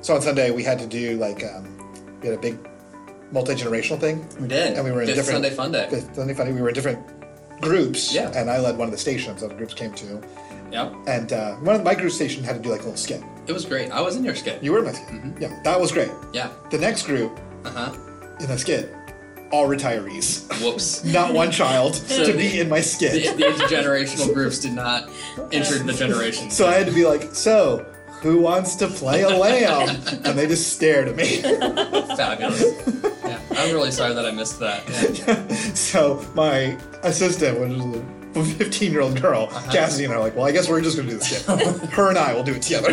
So on Sunday we had to do like um, we had a big multi generational thing. We did. And we were in Fifth different Sunday Fun Day. Fifth Sunday Funday. We were in different groups. Yeah. And I led one of the stations that the groups came to, Yep. and uh, one of my group station had to do like a little skit. It was great. I was in your skit. You were in my skit. Mm-hmm. Yeah, that was great. Yeah. The next group Uh huh. in the skit, all retirees. Whoops. Not one child to the- be in my the, skit. the intergenerational groups did not enter the generations. So I had to be like, so who wants to play a lamb? And they just stared at me. Fabulous. Yeah, I'm really sorry that I missed that. Yeah. so my assistant, which was a 15 year old girl, Uh-huh. Cassidy and I are like, well, I guess we're just going to do this again. Her and I will do it together.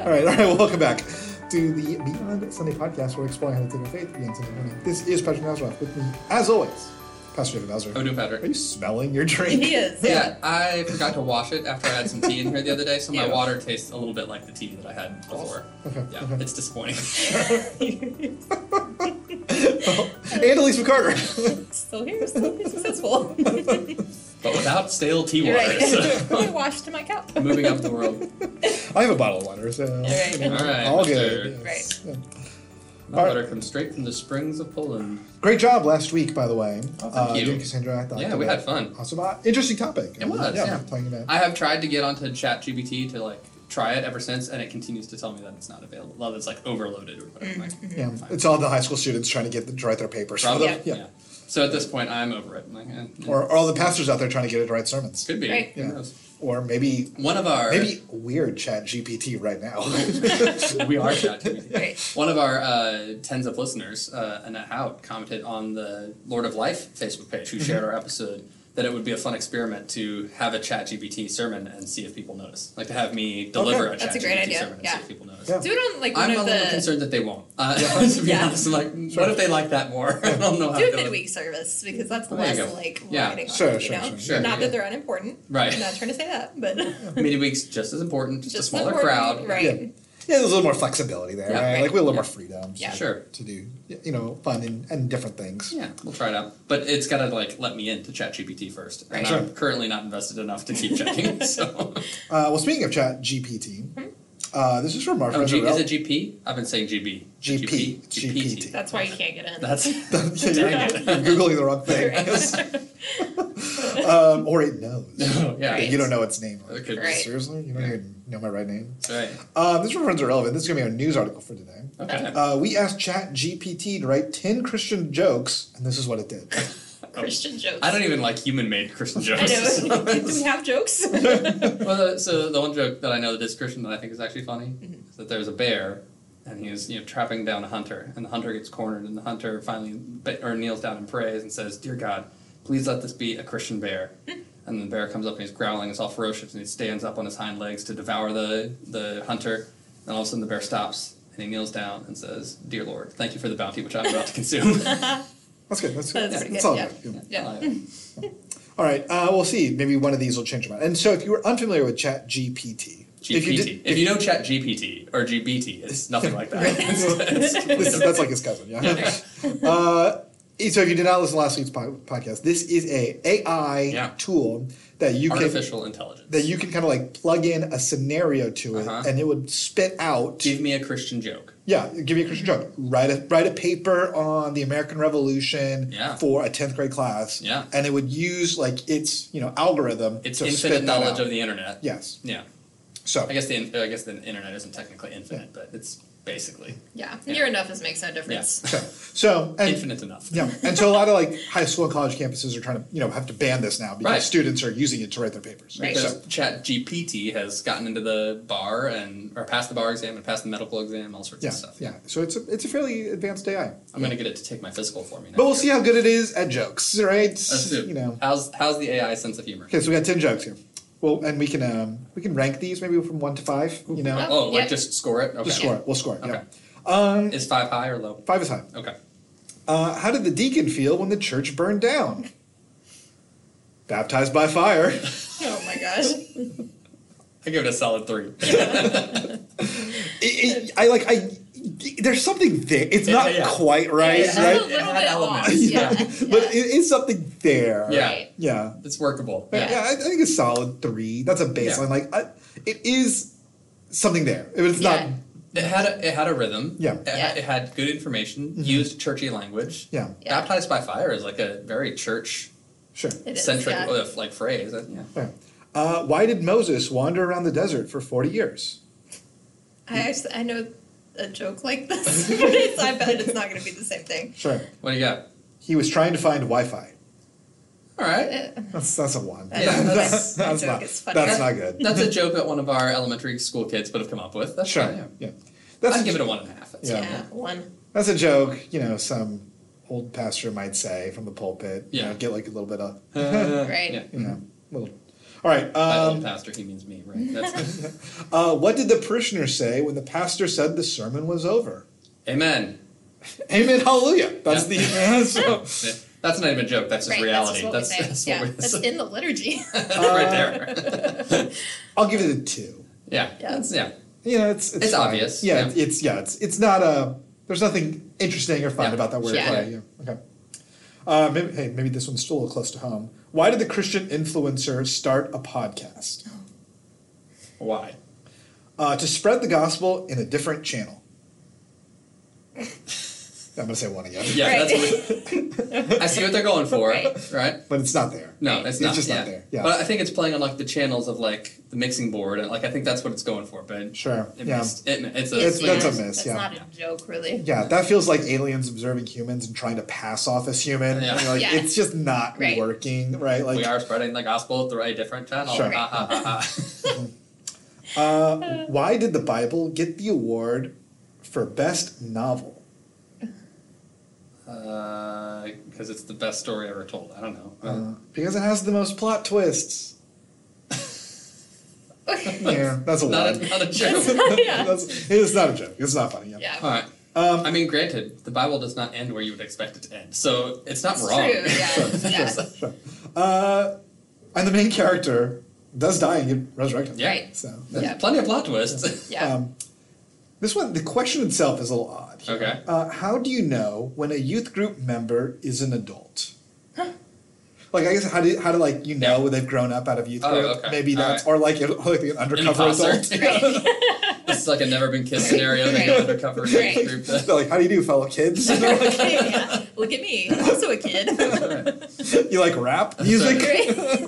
all right, all right, welcome back to the Beyond Sunday podcast. We're exploring how to take our faith beyond Sunday morning. This is Pastor Nazareth with me, as always, Pastor David Nazareth. Oh, doing Are Patrick. you smelling your drink? He is. Yeah, I forgot to wash it after I had some tea in here the other day, so my Yeah. water tastes a little bit like the tea that I had before. Yeah, it's disappointing. and Elise McCarter. Still here, still pretty successful. But without stale tea You're water, right. so I washed my cup. moving up the world. I have a bottle of water, so right. All right. all Mr. good. Right. Yeah. My All right. water comes straight from the springs of Poland. Great job last week, by the way. Oh, thank uh, you. doing Cassandra, I thought. Yeah, that we was had fun. Awesome. Uh, interesting topic. It was, yeah. Talking about. I have tried to get onto ChatGPT to like try it ever since, and it continues to tell me that it's not available. Well, it's like overloaded or whatever. Like, yeah. fine. It's all the high school students trying to get the, to write their papers. for Probably. them. Yeah. So at this point, I'm over it. I'm like, eh, eh. Or, or all the pastors out there trying to get it to write sermons. could be. Right. Who Yeah. knows? Or maybe One of our maybe weird chat GPT right now. we are ChatGPT. Right. One of our uh, tens of listeners, uh, Annette Hout, commented on the Lord of Life Facebook page, who Mm-hmm. shared our episode, that it would be a fun experiment to have a ChatGPT sermon and see if people notice. Like to have me deliver Okay. a That's a ChatGPT great idea. sermon Yeah. and see if people notice. Yeah. Do it on like I'm one a of little the concerned that they won't. Uh, to be Yeah. honest, I'm like, what if they like that more? I don't know how do to a it. midweek service because that's There you less go. like Yeah. riding on Sure, it, you sure, know? sure, sure, Not yeah. that they're unimportant. Right. I'm not trying to say that, but Midweek's just as important, just, just a smaller important, crowd. Right. Yeah. Yeah, there's a little more flexibility there, Yeah. right? Right. Like we have a little more Yeah. freedom Yeah. Sure. to do, you know, fun and, and different things. Yeah, we'll try it out. But it's got to like let me into ChatGPT first. And Right. I'm currently not invested enough to keep checking. So, Uh, well, speaking of chat GPT, uh, this is from our Mm-hmm. friend oh, G- is it GP? I've been saying GB. GP. GPT. That's why you can't get in. That's yeah, dang you're, you're googling the wrong thing. Right. um, or it knows. it. Oh, yeah. You don't know its name. Like, Okay. Right. Seriously, you don't even know my right name. Right. Um, this reference are relevant. This is gonna be our news article for today. Okay. Uh, we asked Chat GPT to write ten Christian jokes, and this is what it did. Christian jokes. I don't even like human-made Christian I jokes. know. Do we have jokes? well, the, so the one joke that I know that is Christian that I think is actually funny is that there's a bear and he's you know trapping down a hunter and the hunter gets cornered and the hunter finally ba- or kneels down and prays and says, "Dear God, please let this be a Christian bear." and the bear comes up and he's growling, it's all ferocious, and he stands up on his hind legs to devour the the hunter. And all of a sudden, the bear stops and he kneels down and says, "Dear Lord, thank you for the bounty which I'm about to consume." Uh, That's good. That's good. That's pretty all good, good. Yeah. yeah. All right. Uh, we'll see. Maybe one of these will change about. And so, if you were unfamiliar with Chat GPT, GPT. if you did, if know Chat GPT or GBT, it's nothing like that. It's- it's completely this, that's like his cousin. Yeah. uh, so, if you did not listen to last week's po- podcast, this is a AI Yeah. tool that you can artificial intelligence. that you can kind of like plug in a scenario to it, Uh-huh. and it would spit out. Give me a Christian joke. Yeah, give me a Christian joke. Write a write a paper on the American Revolution Yeah. for a tenth grade class. Yeah. and it would use like its you know algorithm. It's to infinite spit that knowledge out. of the internet. yes. Yeah. So I guess the in- I guess the internet isn't technically infinite, but it's basically Yeah. Near enough is makes no difference. yes, so so and infinite enough. yeah, and so a lot of like high school and college campuses are trying to you know have to ban this now because Right. students are using it to write their papers. Right. So Because Chat GPT has gotten into the bar and or passed the bar exam and passed the medical exam, all sorts yeah, of stuff. yeah. So it's a it's a fairly advanced AI, I'm gonna get it to take my physical for me. Now. but we'll see how good it is at jokes, right? Let's do it. You know. how's how's the AI sense of humor? Okay, so we got ten jokes here. Well, and we can um we can rank these maybe from one to five. You know, Wow. Oh, like Yeah. just score it. Okay. just score it. We'll score it. Okay. Yeah. Um, Is five high or low? Five is high. Okay. Uh, how did the deacon feel when the church burned down? Baptized by fire. Oh my gosh. I give it a solid three. It- it- I like. I there's something there. It's not Yeah, yeah. quite right, It It's had- a right? little it had bit elements, off. Yeah. yeah. but it is something there. Yeah. Right. Yeah. It's workable. Yeah, Yeah. I, I think a solid three. That's a baseline. Yeah. Like, I, it is something there. It was not. Yeah. It had a, it had a rhythm. Yeah. Mm-hmm. It, Yeah. Had, it had good information. Used churchy language. Yeah, Yeah. Baptized by fire is like a very church sure. It is, centric yeah. uh, like phrase. uh, Yeah. Yeah. Uh, why did Moses wander around the desert for 40 years? I actually, I know a joke like this, but it's, I bet it's not going to be the same thing. Sure. What do you got? He was trying to find Wi Fi. All right. Uh, That's, that's a one. Yeah, that's- that joke not, is funny. that's not good. That's a joke that one of our elementary school kids would have come up with. That's sure. fine, yeah. Yeah. That's I'd a, give it a one and a half. That's Yeah. yeah. fine. one. That's a joke, you know, some old pastor might say from the pulpit. You know, Yeah. get like a little bit of, Uh, Right. Yeah. you know, little. All right. By Um, old pastor, he means me, right? That's uh, what did the parishioner say when the pastor said the sermon was over? amen. Amen, hallelujah. That's the. so, That's not even a joke. That's just right. reality. That's just what we say. yeah. we- that's in the liturgy. right there. I'll give it a two. yeah. Yeah. It's- yeah. You know, it's it's, It's fine. obvious, Yeah, yeah. it's- it's yeah, it's it's not a. There's nothing interesting or fun Yeah. about that word Sure. play. Yeah. Okay. Uh, maybe, hey, maybe this one's still a little close to home. Why did the Christian influencer start a podcast? Why? Uh, to spread the gospel in a different channel. I'm gonna say one again, Yeah. Right. That's what I see what they're going for. Right. right? but it's not there. No, it's not. just yeah. not there. Yeah. But I think it's playing on like the channels of like the mixing board, and like I think that's what it's going for. But Sure. it yeah. missed. It, mi- it's a. It's- yeah. that's a miss, That's yeah. not a joke, really. Yeah, that feels like aliens observing humans and trying to pass off as human. Yeah. And you're like Yeah. it's just not Right. working, right? Like we are spreading the gospel through a different channel. Sure. Ha, ha, ha, ha. Uh, why did the Bible get the award for best novel? Because Uh, it's the best story ever told. I don't know. Uh, because it has the most plot twists. yeah, that's a not, one. a, not a joke. yeah. That's- it's not a joke. It's not funny. Yeah. Yeah. All right. Um, I mean, granted, the Bible does not end where you would expect it to end, so it's not It's wrong. true. Yeah. yeah. Sure. Uh, and the main character does die and get resurrected. Yeah. Right. So There's Yeah. plenty of plot twists. Yeah. Um, this one, the question itself is a little odd. here. Okay. Uh, how do you know when a youth group member is an adult? Like I guess how do how do like you know they've grown up out of youth Oh, group? okay. Maybe All that's or like, if- or like an undercover Imposter. adult. It's like a never been kissed scenario. They go Right. undercover and Right. group the- They're like, how do you do, fellow kids? And they're like, yeah. Look at me. I'm also a kid. you like rap music,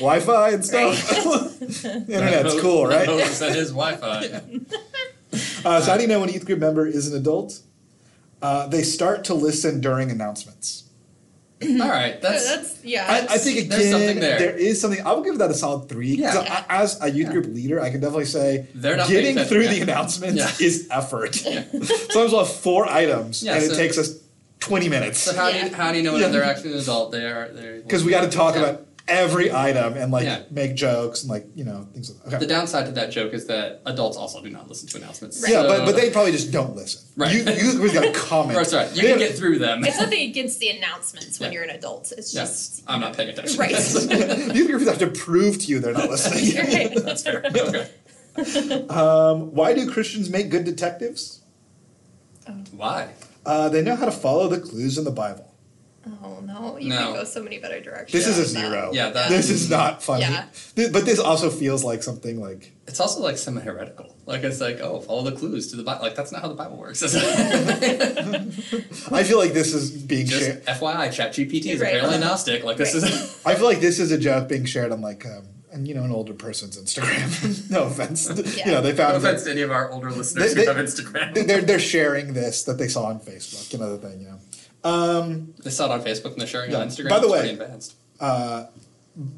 Wi-Fi, and stuff. Internet's Mo- cool, right? Mo said his Wi-Fi. Uh, so how do you know when a youth group member is an adult? Uh, they start to listen during announcements. All right, That's, that's yeah. I, I think again, There's something there. there is something. I would give that a solid three. 'cause Yeah. I- as a youth Yeah. group leader, I can definitely say They're not getting paying through the attention, yeah. announcements Yeah. is effort. Sometimes we'll have four items, Yeah, and it so- takes us twenty minutes so. How do Yeah. you, how do you know when Yeah. they're actually an adult? They are they're because we got to talk Yeah. about every item and like Yeah. make jokes and like you know things. like that. Okay. The downside to that joke is that adults also do not listen to announcements. Yeah, so- but but they probably just don't listen. Right. You you we got to comment. That's right. They You can have- get through them. It's nothing against the announcements when Yeah. you're an adult. It's Yes, just I'm not paying attention. Right. youth groups have to prove to you they're not listening. Right. that's fair. Okay. um, why do Christians make good detectives? Why? Uh, they know how to follow the clues in the Bible. Oh no, you No. can go so many better directions. This is a with that. zero. Yeah, that- this is not funny. Yeah. Th- but this also feels like something like It's also like semi heretical. Like it's like, oh, follow the clues to the Bible. Like that's not how the Bible works. Just I feel like this is being shared. FYI, ChatGPT is Right. apparently Gnostic. Like this is. I feel like this is a joke being shared on like um, and you know an older person's Instagram. no offense, you know they No found offense to any of our older They- listeners who they- have Instagram. they- they're they're sharing this that they saw on Facebook. You know the thing. You know. Um, They saw it on Facebook and they're sharing Yeah. it on Instagram. By the It's way- pretty advanced. uh,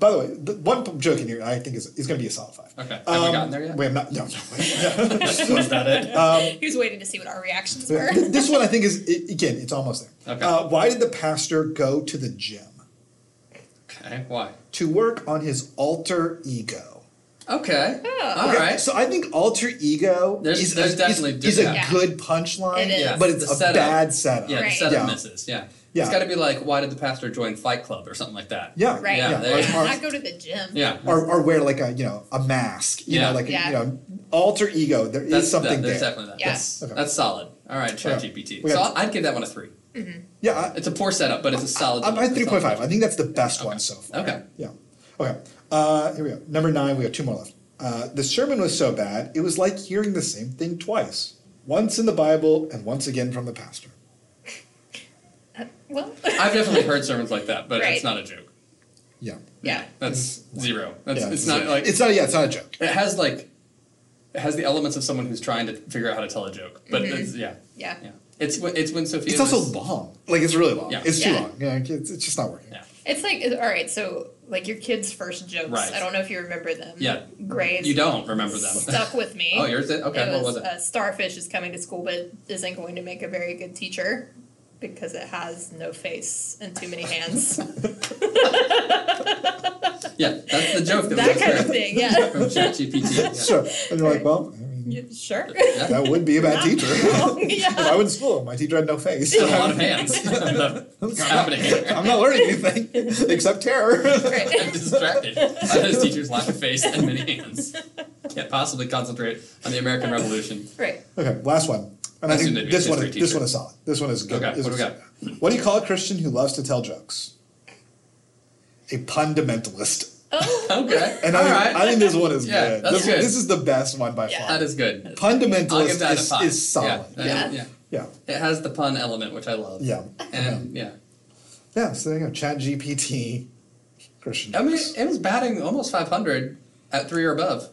by the way, the one p- joke in here I think is is going to be a solid five. Okay. Have Um, we gotten there yet? We have not. No. no. Was that it? Um, He was waiting to see what our reactions were. Th- this one I think is i again it's almost there. Okay. Uh, why did the pastor go to the gym? okay. Why? to work on his alter ego. Okay. Oh. All Okay, right. So I think alter ego There's- is, there's is, definitely is, do a that. good punchline, It is. Yeah, but it's the a setup. bad setup. Yeah, Right. the setup Yeah. misses. Yeah. Yeah. It's got to be like, why did the pastor join Fight Club or something like that? Yeah. right. Yeah, Yeah. they- Or, Not or, go to the gym. Yeah. or, or wear like a you know a mask. You Yeah. know, like Yeah. you know alter ego. There is That's something that, There's there. definitely that. Yeah. That's, Okay. that's solid. All right, ChatGPT. We So have- I'd give that one a three. Yeah. It's a poor setup, but it's a solid. I, I'm at it's a three solid point five. I think that's the best one so far. Okay. Yeah. Okay. Uh, here we go. Number nine. We got two more left. Uh, the sermon was so bad, it was like hearing the same thing twice once in the Bible and once again from the pastor. Uh, well, I've definitely heard sermons like that, but Right. it's not a joke. Yeah. yeah. That's zero. That's, yeah, it's not like it's not yeah, it's not a joke. it has like it has the elements of someone who's trying to figure out how to tell a joke. But Mm-hmm. it's, yeah, Yeah. yeah. It's when- it's when Sophia. It's was- also long. Like it's really long. Yeah. It's too Yeah. long. Yeah, it's, it's just not working. Yeah. It's like, all right, so like your kids' first jokes. Right. I don't know if you remember them. Yeah. Graves. You don't remember them. Stuck with me. oh, yours did. Okay, it what was, was it? Uh, starfish is coming to school, but isn't going to make a very good teacher because it has no face and too many hands. yeah, that's the joke that, that we kind heard of thing. Yeah. from ChatGPT. Sure. And you're like, well, I mean, You- sure. Yeah. yeah. that would be a bad Not teacher. wrong, if I yeah. went to school, my teacher had no face. Still a lot of hands. What's happening here? I'm not learning anything except terror. I'm Right. distracted by this teacher's lack of face and many hands. Can't possibly concentrate on the American Revolution. Right. Okay, last one. And I, I assume think they'd be a this one, history is, this teacher. one is solid. This one is good. Okay, This what do one's- What do you call a Christian who loves to tell jokes? A fundamentalist. Oh, Okay. And I, All think, right. I think this one is Yeah, good. that's this, good. this is the best one by Yeah. far. that is good. I'll give Fundamentalist that is, a five. is solid. Yeah, Yeah. that- yeah. Yeah. It has the pun element, which I love. Yeah. And yeah. Yeah, so there you go. Chat GPT, Christian. I mean, jokes. it was batting almost 500 at three or above.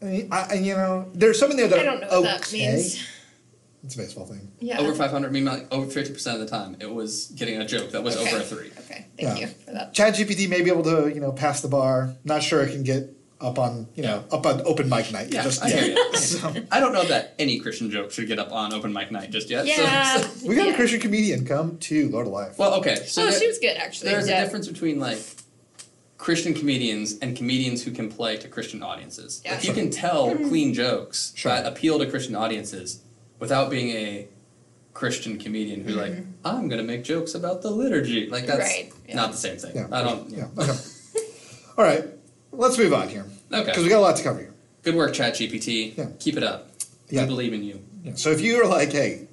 I mean, I, I- you know, there's some in there that I don't know are what that okay. means. It's a baseball thing. Yeah. Over 500, mean like over 50% of the time, it was getting a joke that was okay. over a three. Okay. Thank Yeah. you for that. Chat GPT may be able to, you know, pass the bar. Not sure it can get up on, you know, up on open mic night. Yeah, just I hear yet. you. So, I don't know that any Christian joke should get up on open mic night just yet. so- Yeah. so- we got yeah. a Christian comedian come to Lord of Life. well, okay. So oh, there- she was good actually. there's yeah. a difference between like Christian comedians and comedians who can play to Christian audiences. Yeah. Hmm. Like you can tell clean jokes Sure. that appeal to Christian audiences without being a Christian comedian who like I'm gonna make jokes about the liturgy. Like that's Mm-hmm. Right, yeah. not the same thing. Yeah, I don't. yeah. Okay. All right, let's move on here Okay. because we got a lot to cover here. Good work, ChatGPT. Yeah. Keep it up. Yeah. We believe in you. Yeah. So if you are like, hey,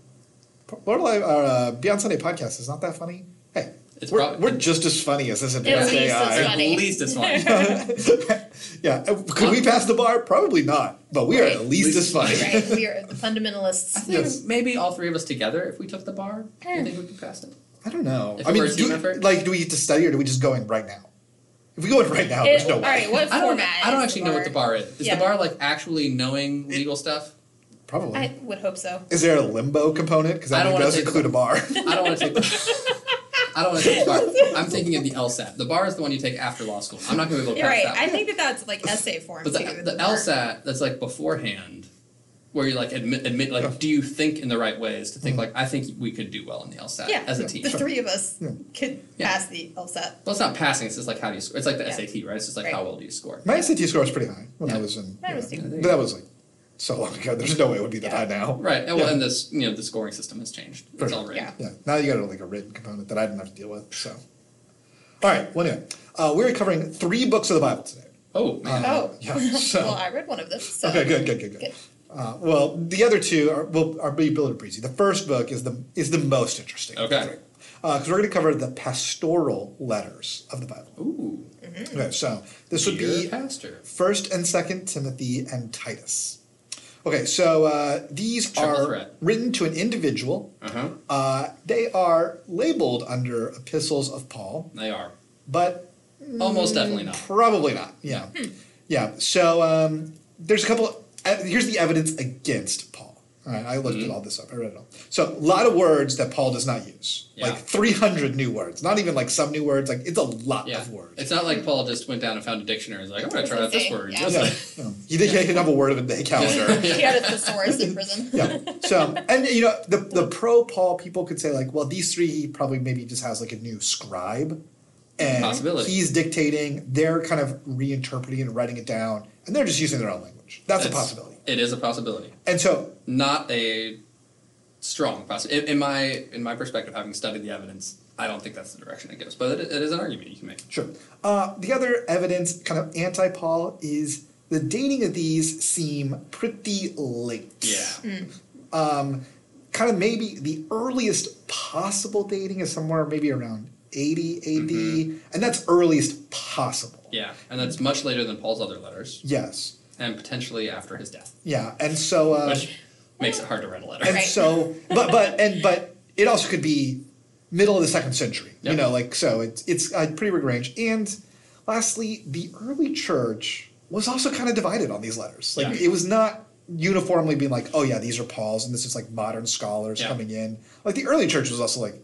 P- Lord of Life, or, uh, Beyond Sunday podcast is not that funny. Hey, It's we're, prob- we're just as funny as this advanced least as AI. funny. At least this one. yeah, uh, could we pass the bar? Probably not, but we are Right. at least as funny. Right. We are the I fundamentalists. think Yes. maybe all three of us together, if we took the bar, Hmm. I think we could pass it. I don't know. If I it mean, were a team do- effort? like, do we get to study or do we just go in right now? If we go in right now, there's It- no all way. right. What I don't. format? I don't is actually know what the bar is. Is Yeah. the bar like actually knowing legal stuff? Probably. I would hope so. is there a limbo component? Because I that don't wanna does think include a bar. I don't want to take. The, I don't want to take the bar. I'm thinking of the LSAT. The bar is the one you take after law school. I'm not going to be able to Yeah, pass right. that. I one. think that that's like essay form but too. the, the bar. LSAT that's like beforehand, where you like admit admit like, do you think in the right ways to Mm-hmm. think like I think we could do well in the LSAT Yeah. as a team. the three of us Yeah. could Yeah. Uh-huh. pass the LSAT. Well, it's not passing. It's just like how do you score? It's like the Yeah. SAT, right? It's just like Right. how well do you score? My SAT score was pretty high when I Yeah. was in. Mine you was know, too. but that was like so long ago. There's no way it would be that Yeah. high now. Right. And, well, Yeah. and this you know the scoring system has changed. For It's sure. all rigged. Yeah. Yeah. Now you got like a written component that I didn't have to deal with. So. All right. Well, anyway, uh, we're covering three books of the Bible today. Oh man. Uh, Oh. Yeah. So. well, I read one of them. So. Okay, good, good, good, good. Good. Uh, well, the other two are will are be built breezy. The first book is the is the most interesting. Okay. because we're going to cover the pastoral letters of the Bible. Ooh. Okay, so Uh-huh. this would Dear be pastor. First and Second Timothy and Titus. Okay, so uh, these Triple are threat. written to an individual. Uh huh. Uh, they are labeled under epistles of Paul, They are but almost definitely not. Probably not. Yeah. Hmm. Yeah. So um, there's a couple. Uh, here's the evidence against Paul. All right. I Hmm. looked at all this up. I read it all. So a lot of words that Paul does not use. Yeah. Like 300 new words. Not even like some new words. Like it's a lot Yeah. of words. It's not like Paul just went down and found a dictionary and was like, I'm gonna That's try out this insane. word. Yeah. Just yeah. like- yeah. You think I could have a word of the day calendar? He had a thesaurus in prison. yeah. So and you know the the pro Paul people could say like, well, these three he probably maybe just has like a new scribe, and Possibility. he's dictating. They're kind of reinterpreting and writing it down, and they're just using their own language. That's, a That's- possibility. It is a possibility. And so Not a strong possibility. In, in my in my perspective, having studied the evidence, I don't think that's the direction it goes. But it, it is an argument you can make. sure. Uh, the other evidence, kind of anti Paul, is the dating of these seem pretty late. Yeah. Mm. um, kind of maybe the earliest possible dating is somewhere maybe around 80 AD, and that's earliest possible. Mm-hmm. Yeah, and that's much later than Paul's other letters, Yes. and potentially after his death, Yeah, and so uh, which makes it hard to write a letter. and Right. so but but and but it also could be middle of the second century you Yep. know like so it's it's a pretty big range and lastly the early church was also kind of divided on these letters like Yeah. it was not uniformly being like oh yeah these are paul's and this is like modern scholars Yeah. coming in like the early church was also like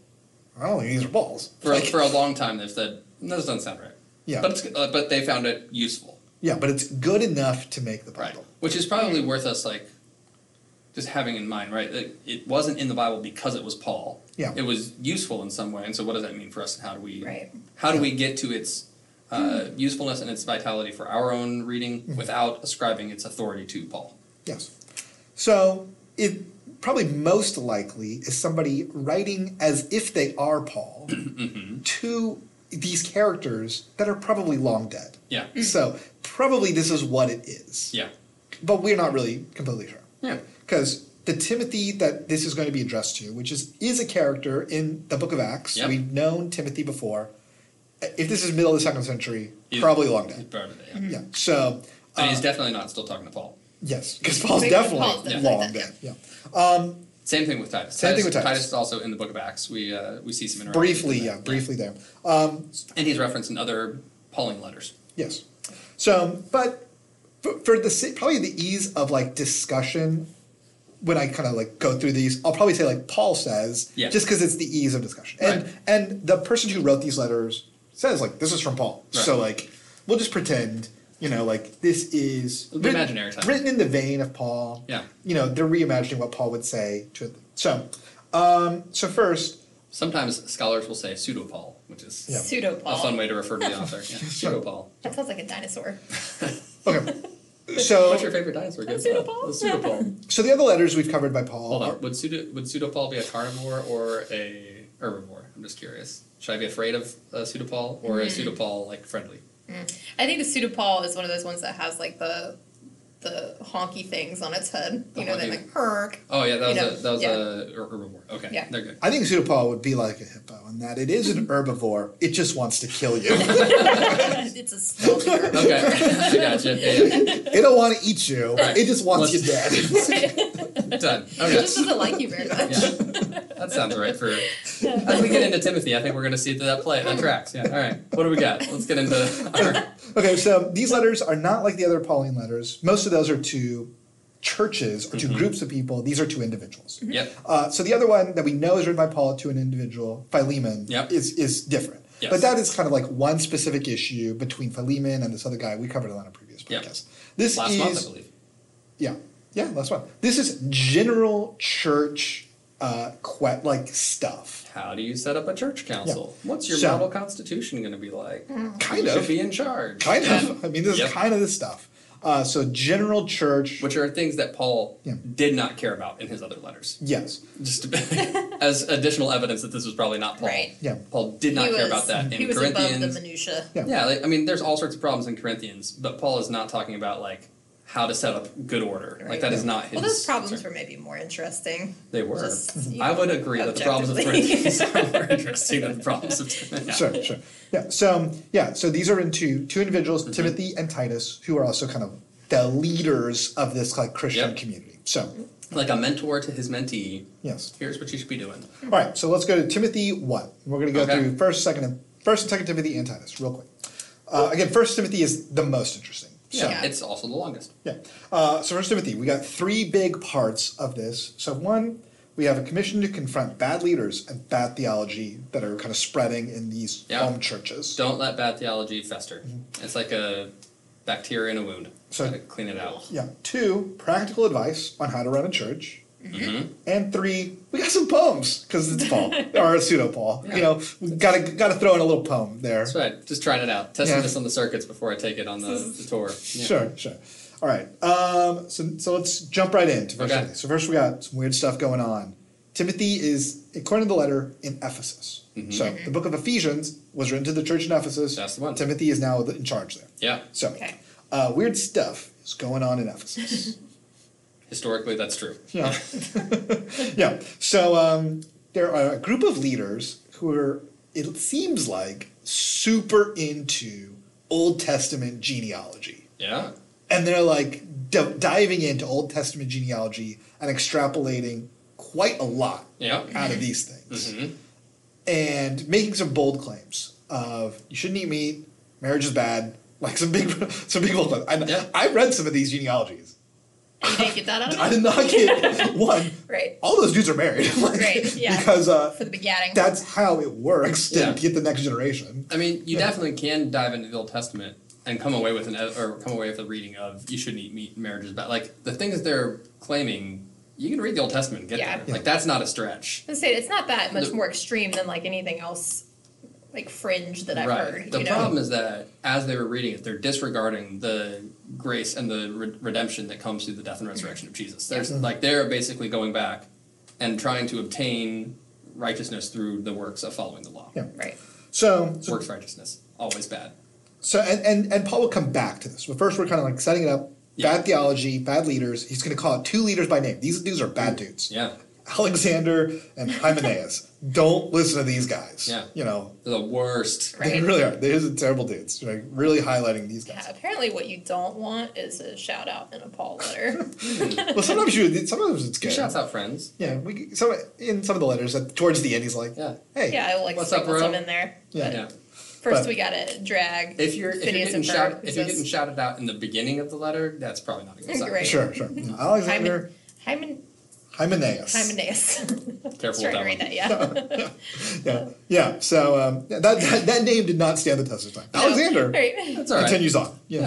i don't think these are paul's For, Like, for a long time, they've said no, this doesn't sound right. Yeah. but it's, uh, but they found it useful, yeah but it's good enough to make the right? bible Which is probably worth us like just having in mind, right? It, it wasn't in the Bible because it was Paul. Yeah. it was useful in some way, and so what does that mean for us, and how do we Right. how do we get to its uh, usefulness and its vitality for our own reading Mm-hmm. without ascribing its authority to Paul? Yes. So it probably most likely is somebody writing as if they are Paul to these characters that are probably long dead. Yeah, So probably this is what it is. yeah, But we're not really completely sure. yeah. Because the Timothy that this is going to be addressed to, which is is a character in the Book of Acts. Yep. We've known Timothy before. Uh, If this is middle of the second century, He's- probably long dead. Probably, yeah. Yeah. So uh, And he's definitely not still talking to Paul. Yes, because Paul's Because definitely Paul's definitely long dead, dead. Yeah. Same thing with Titus. Same Titus, thing with Titus. is also in the Book of Acts. We uh, we see some interaction Briefly, with yeah, that. briefly there. And he's referenced in other Pauline letters. Yes. So, but for, for the sa- probably the ease of like discussion, when I kind of like go through these, I'll probably say like Paul says, Yeah. just because it's the ease of discussion, and Right. and the person who wrote these letters says like this is from Paul, Right. so like we'll just pretend. You know, like this is It'll be imaginary time. written in the vein of Paul. Yeah. You know, they're reimagining what Paul would say to it. So, um, so first, Sometimes scholars will say pseudo Paul, which is Yeah. Pseudo a fun Paul. way to refer to the author. Yeah, pseudo Paul. That sounds like a dinosaur. okay. So What's your favorite dinosaur? Good stuff. Pseudo-Paul? The pseudo Paul. So the other letters we've covered by Paul. Hold are- on. Would pseudo would pseudo Paul be a carnivore or a herbivore? I'm just curious. Should I be afraid of a pseudo Paul or Hmm. is pseudo Paul like friendly? I think the pseudopaul is one of those ones that has like the the honky things on its head. The You know, they honky- like perk. Oh yeah, that was You a know, that was yeah. a her- herbivore. Okay, Yeah. they're good. I think pseudopaul would be like a hippo in that it is an herbivore. It just wants to kill you. it's a stalker. Okay, I gotcha. Yeah, yeah. it don't want to eat you. Right. It just wants you Let's- dead. Done. It Okay. just doesn't like you very much. Oh, Yeah. That sounds right for. As Oh, we get into Timothy, I think we're going to see that play that tracks. Yeah. All right. What do we got? Let's get into our. okay, so these letters are not like the other Pauline letters. Most of those are to churches or to groups of people. These are to individuals. Mm-hmm. Yep. Uh, so the other one that we know is written by Paul to an individual, Philemon, Yep. is is different. Yes. But that is kind of like one specific issue between Philemon and this other guy. We covered it on a previous Yep. podcast. This Last is month, I believe. Yeah, yeah, last one. This is general church, uh, que- like stuff. How do you set up a church council? What's your So- model constitution going to be like? Mm. Kind Who of. should be in charge. Kind of. I mean, this Yep. is kind of the stuff. Uh, so general church. Which are things that Paul Yeah. did not care about in his other letters. yes. Just to- as additional evidence that this was probably not Paul. Right. Yeah. Mm-hmm. Paul did not he care was, about that in he was Corinthians. above the minutia. Yeah. Yeah, like, I mean, there's all sorts of problems in Corinthians, but Paul is not talking about like how to set up good order. Like Right. that is not his. Well, those problems concern. were maybe more interesting. They were. Mm-hmm. Just, you I know, would agree that the problems of objectively. Corinthians are more interesting than the problems of. Yeah. Sure. Sure. Yeah. So um, yeah. So these are into two individuals, Mm-hmm. Timothy and Titus, who are also kind of the leaders of this like Christian Yep. community. So Like a mentor to his mentee. yes. Here's what you should be doing. All right. So let's go to Timothy one. We're going to go Okay. through first, second, and first and second Timothy and Titus real quick. Uh, again, first Timothy is the most interesting. So Yeah. Yeah. It's also the longest. Yeah. Uh, so First Timothy, we got three big parts of this. So one, we have a commission to confront bad leaders and bad theology that are kind of spreading in these Yeah. home churches. Don't let bad theology fester. Mm-hmm. It's like a bacteria in a wound. So- Gotta clean it out. Yeah. Two, practical advice on how to run a church. Mm-hmm. And three, we got some poems because it's Paul or pseudo Paul. Yeah. You know, we gotta gotta throw in a little poem there. That's right. Just trying it out. Testing Yeah. this on the circuits before I take it on the, the tour. Yeah. Sure, sure. All right. Um, so, so let's jump right into first. Okay. Timothy. So first, we got some weird stuff going on. Timothy is, according to the letter, in Ephesus. So the book of Ephesians was written to the church in Ephesus. Mm-hmm. That's the one. Timothy is now the- in charge there. Yeah. So Okay. uh, weird stuff is going on in Ephesus. Historically, that's true. yeah. yeah. So um, there are a group of leaders who are it seems like, super into Old Testament genealogy. Yeah. And they're like d- diving into Old Testament genealogy and extrapolating quite a lot Yeah. out of these things Mhm. and making some bold claims of you shouldn't eat meat, marriage is bad, like some big, some big bold claims. And Yeah. I read some of these genealogies. You didn't get that out of I it? did not get one. Right. All those dudes are married, like, Right, yeah. because uh, For the begatting. that's how it works to Yeah. get the next generation. I mean, you Yeah. definitely can dive into the Old Testament and come away with an e, or come away with a reading of you shouldn't eat meat, marriage is bad. Like the things they're claiming, you can read the Old Testament and get Yeah. there. Yeah. Like that's not a stretch. I say it's not that much The- more extreme than like anything else, like fringe that I've right. heard. the you know? problem is that as they were reading it, they're disregarding the grace and the re- redemption that comes through the death and resurrection of Jesus. There's Yeah. like they're basically going back and trying to obtain righteousness through the works of following the law. Yeah. Right. So, so, Works righteousness always bad. so and, and and Paul will come back to this. But first, we're kind of like setting it up. Yeah. Bad theology, bad leaders. He's going to call it two leaders by name. These dudes are bad dudes. Yeah. Alexander and Hymenaeus. Don't listen to these guys. Yeah. You know, They're the worst. Right. they really are. They're just terrible dudes. Like really highlighting these Yeah, guys. apparently what you don't want is a shout out in a Paul letter. Well, sometimes you. Sometimes it's He good. shouts out friends. Yeah, we some in some of the letters at, towards the end he's like, Yeah. hey, yeah, I like What's sprinkle up, bro? some in there. Yeah. But Yeah. First But- we gotta drag If you're if you're Phineas getting and shout Ferb, if you're who getting says- shouted out in the beginning of the letter, that's probably not a good sign. Great. sure, sure. Yeah, Alexander Hymen Hymenaeus. Hymenaeus. Careful with Trying that to one. read that, yeah. Yeah, yeah. So um, that, that that name did not stand the test of time. Alexander Right. That's all right. continues on. Yeah,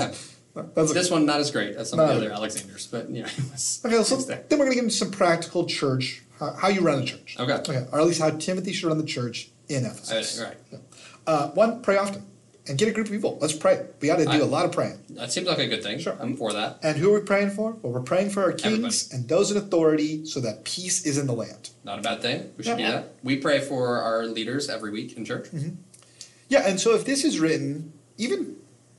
that's okay. This one not as great as some of No. the other Alexanders, but yeah, it was, Okay, it so was there. then we're going to get into some practical church, how, how you run a church. Okay. Okay, or at least how Timothy should run the church in All Ephesus. right, all right. Uh, one, pray often and get a group of people. Let's pray. We got to do I- a lot of praying. That seems like a good thing. Sure. I'm for that. And who are we praying for? Well, we're praying for our kings Everybody. and those in authority so that peace is in the land. Not a bad thing. We should Yeah. Mm-hmm. do that. We pray for our leaders every week in church. Yeah, and so if this is written even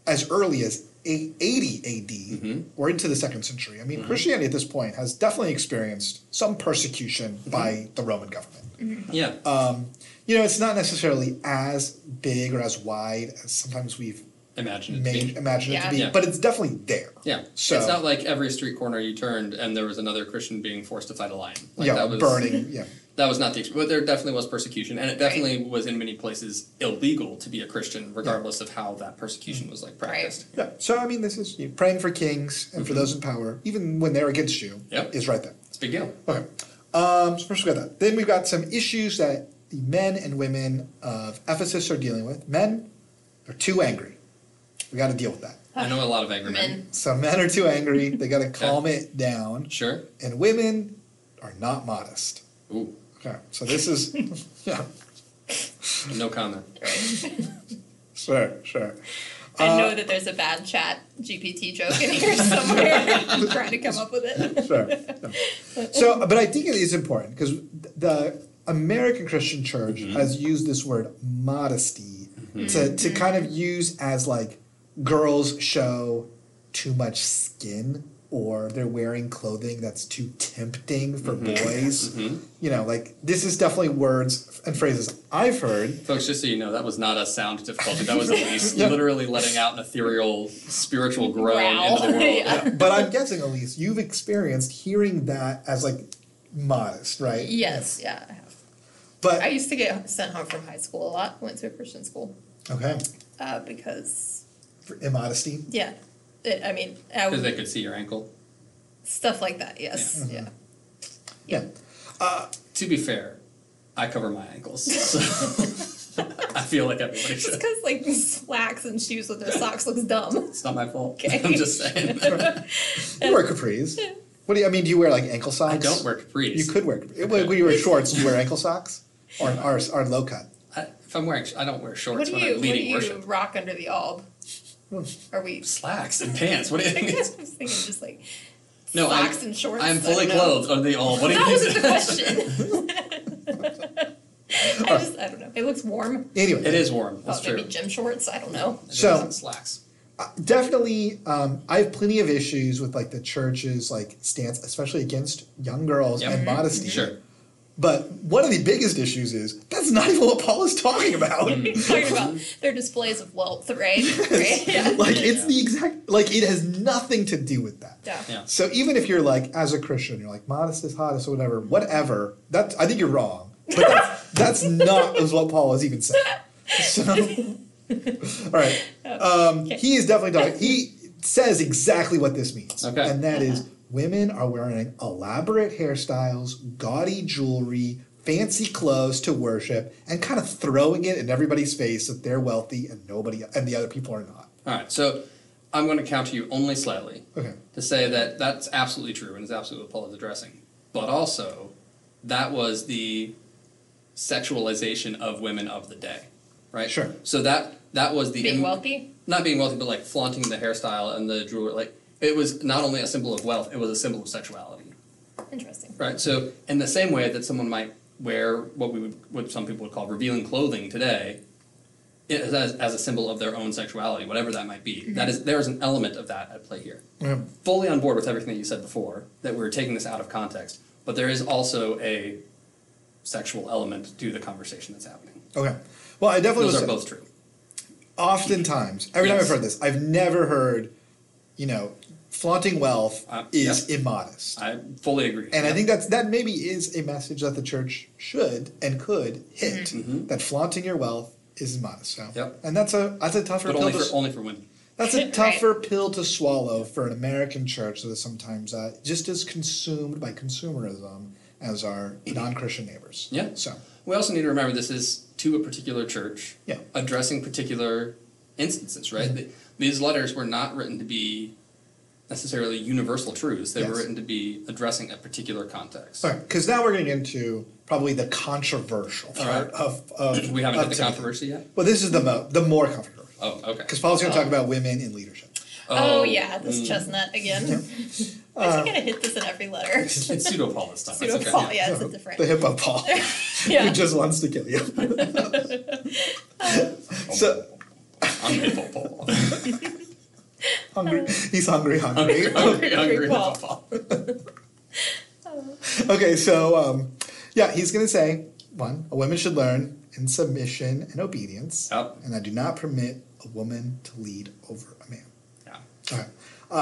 as early as a- 80 AD Mm-hmm. or into the second century, I mean, Christianity at this point has definitely experienced some persecution by the Roman government. Yeah. Um, you know, it's not necessarily as big or as wide as sometimes we've Imagine it. made, being- imagined it to Yeah. be, Yeah. but it's definitely there. Yeah. So- it's not like every street corner you turned and there was another Christian being forced to fight a lion. Like yeah, that was burning. Yeah, That was not the but there definitely was persecution, and it definitely was in many places illegal to be a Christian, regardless of how that persecution was like practiced. yeah. So I mean, this is you know, praying for kings and for those in power, even when they're against you, Mm-hmm. Yep. is right there. It's a big deal. Okay. Um, so first we got that. Then we've got some issues that the men and women of Ephesus are dealing with. Men are too angry. We got to deal with that. I know a lot of angry men. Men. So men are too angry. They got to calm it down. Sure. And women are not modest. Ooh, Okay. So this is yeah. no comment. Sure. Sure. I Uh, know that there's a bad chat GPT joke in here somewhere. I'm trying to come up with it. Sure. Yeah. So, but I think it is important because the American Christian Church has used this word modesty to, to kind of use as like girls show too much skin or they're wearing clothing that's too tempting for boys. Mm-hmm. You know, like this is definitely words and phrases I've heard. Folks, just so you know, that was not a sound difficulty. That was Elise Yeah. literally letting out an ethereal, spiritual groan Growl. into the world. Yeah. But I'm guessing, Elise, you've experienced hearing that as like modest, right? Yes, yeah. I have. But I used to get sent home from high school a lot. Went to a Christian school okay, uh, because, for immodesty. yeah, it, I mean, I Because they would, could see your ankle. stuff like that. Yes, yeah. Yeah. To be fair, I cover my ankles, so I feel like everybody Just should. because like slacks and shoes with their socks looks dumb. It's not my fault. Okay. I'm just saying. You wear capris. What do you, I mean? Do you wear like ankle socks? I don't wear capris. You could wear capris. When when you wear shorts, do you wear ankle socks or or, or low cut? I, if I'm wearing, I don't wear shorts What do when you I'm what do leading you worship. Hmm. rock under the alb? Are we? Slacks and pants. What do you I think? guess it's- I was thinking just like No, I'm- socks and shorts. I'm I fully don't know. clothed. Are they all? What do you That think? wasn't the question. I just I don't know. It looks warm. Anyway, It is warm. That's oh, true. maybe gym shorts. I don't know. It So- isn't slacks. Uh, definitely. Um, I have plenty of issues with like the church's like stance, especially against young girls Yep. and modesty. Sure. But one of the biggest issues is that's not even what Paul is talking about. Mm. talking about their displays of wealth, right? Right? Yeah. like it's Yeah. the exact like it has nothing to do with that. Yeah. Yeah. So even if you're like as a Christian, you're like modest is hottest or whatever, whatever. That I think you're wrong, but that's, that's not is what Paul is even saying. So, all right, um, he is definitely talking. He says exactly what this means, Okay. and that Uh-huh. is women are wearing elaborate hairstyles, gaudy jewelry. Fancy clothes to worship and kind of throwing it in everybody's face that they're wealthy and nobody and the other people are not. All right, so I'm going to counter you only slightly Okay. to say that that's absolutely true and is absolutely what Paul is addressing. But also, that was the sexualization of women of the day, right? Sure. So that that was the Being im- wealthy. not being wealthy, but like flaunting the hairstyle and the jewelry. Like it was not only a symbol of wealth, it was a symbol of sexuality, Interesting. right? So in the same way that someone might wear what we would, what some people would call revealing clothing today, it, as, as a symbol of their own sexuality, whatever that might be. That is, there is an element of that at play here Yeah. fully on board with everything that you said before that we're taking this out of context but there is also a sexual element to the conversation that's happening Okay. Well, I definitely those was are both true oftentimes every time Yes. I've heard this, I've never heard, you know, flaunting wealth Uh, is immodest. i fully agree and I Yeah. think that's that maybe is a message that the church should and could hit Mhm. that flaunting your wealth is immodest. So, Yep. and that's a that's a tougher but pill only to, for, s- only for women that's a Right. tougher pill to swallow for an American church that is sometimes uh, just as consumed by consumerism as our non-Christian neighbors. Yeah. So we also need to remember this is to a particular church Yeah. Mm-hmm. addressing particular instances right Th- these letters were not written to be necessarily universal truths they Yes. were written to be addressing a particular context Sorry, because now we're getting into probably the controversial All part right. of, of we haven't of had the Timothy. controversy yet Well, this is the mo- the more controversial oh okay because Paul's going to talk about women in leadership. Oh, yeah, this mm. chestnut again. I just gotta hit this in every letter. it's pseudo Paul this time it's Pseudo okay. Paul, yeah, it's a The different. hippo Paul, who Yeah. just wants to kill you. So- Oh. I'm Hippo Paul. hungry, he's hungry, hungry. Hungry, hungry, hungry Hungry Paul. Hippo Paul. okay, so um, yeah, he's going to say one: a woman should learn in submission and obedience, Yep. and I do not permit a woman to lead over a man. Yeah. All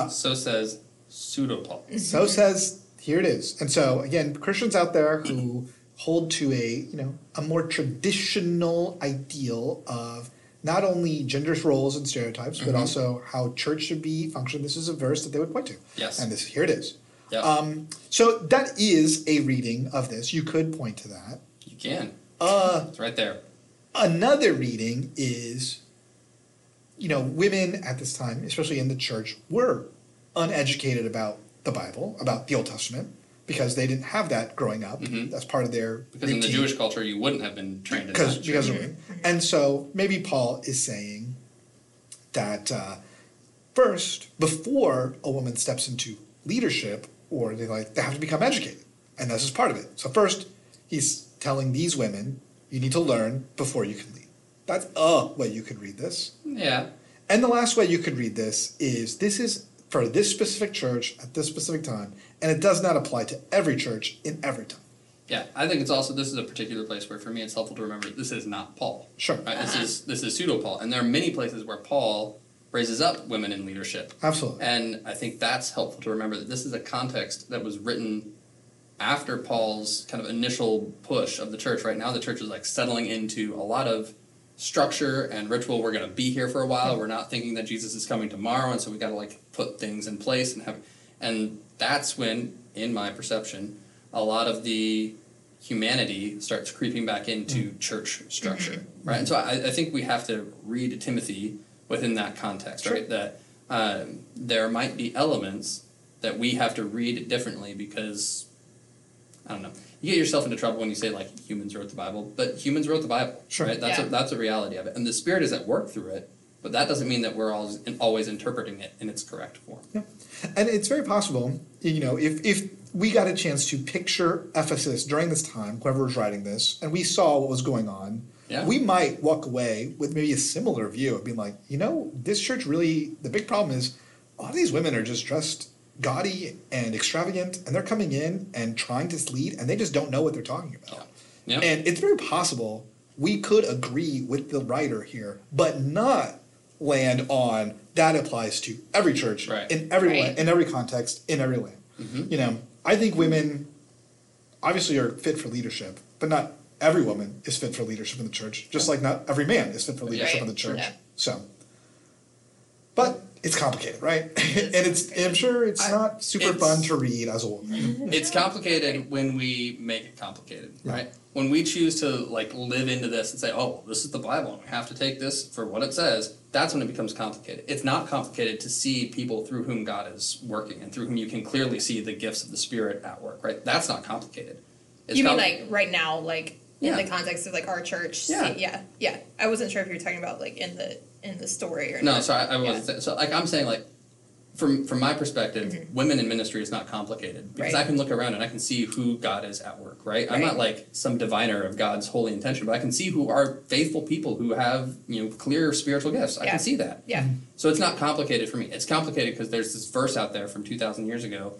right. So says pseudo Paul. So says here it is. And so again, Christians out there who hold to a you know a more traditional ideal of not only gender's roles and stereotypes, but also how church should be functioned. This is a verse that they would point to. Yes. And this here it is. Mm-hmm. Yeah. Um, so that is a reading of this. You could point to that. you can. Uh, It's right there. another reading is you know women at this time especially in the church were uneducated about the bible about the old testament because they didn't have that growing up Mhm. that's part of their Because in the routine. Jewish culture, you wouldn't have been trained in because that. because of women and so maybe paul is saying that uh, first before a woman steps into leadership or they like they have to become educated and this is part of it so first he's telling these women you need to learn before you can lead that's a way you could read this Yeah. and the last way you could read this is this is for this specific church at this specific time and it does not apply to every church in every time Yeah. I think it's also, this is a particular place where for me it's helpful to remember this is not Paul. sure Right? This is this is pseudo Paul. And there are many places where Paul raises up women in leadership. absolutely And I think that's helpful to remember that this is a context that was written after Paul's kind of initial push of the church. Right now, the church is like settling into a lot of structure and ritual. We're going to be here for a while. We're not thinking that Jesus is coming tomorrow, and so we got to like put things in place and have. And that's when, in my perception, a lot of the humanity starts creeping back into church structure, right? And so I, I think we have to read Timothy within that context, right? That um, there might be elements that we have to read differently because I don't know. You get yourself into trouble when you say like humans wrote the Bible, but humans wrote the Bible, Sure. right? That's a, Yeah. that's a reality of it, and the Spirit is at work through it. But that doesn't mean that we're always always interpreting it in its correct form. Yeah. And it's very possible, you know, if, if we got a chance to picture Ephesus during this time, whoever was writing this, and we saw what was going on, Yeah. we might walk away with maybe a similar view of being like, you know, this church really, the big problem is all these women are just dressed gaudy and extravagant, and they're coming in and trying to lead, and they just don't know what they're talking about. Yeah. Yeah. And it's very possible we could agree with the writer here, but not land on that applies to every church Right. in every Right. land, in every context in every land. You know, I think women obviously are fit for leadership, but not every woman is fit for leadership in the church. Just like not every man is fit for leadership Right. in the church. Yeah. So, but it's complicated, right? and it's I'm sure it's I- not super it's- fun to read as a woman. It's complicated when we make it complicated, right? When we choose to like live into this and say, "Oh, well, this is the Bible, and we have to take this for what it says," that's when it becomes complicated. It's not complicated to see people through whom God is working and through whom you can clearly see the gifts of the Spirit at work, right? That's not complicated. It's you mean compli- like right now, like in Yeah. the context of like our church? Yeah. see- yeah, yeah. I wasn't sure if you were talking about like in the in the story or No, not. sorry, I wasn't. Yeah. saying- So, like, I'm saying, like, from from my perspective, women in ministry is not complicated because Mm-hmm. Right. I can look around and I can see who God is at work. Right? I'm Right. not like some diviner of God's holy intention, but I can see who are faithful people who have you know clear spiritual gifts. I Yeah. can see that. Yeah, So it's not complicated for me. It's complicated because there's this verse out there from 2,000 years ago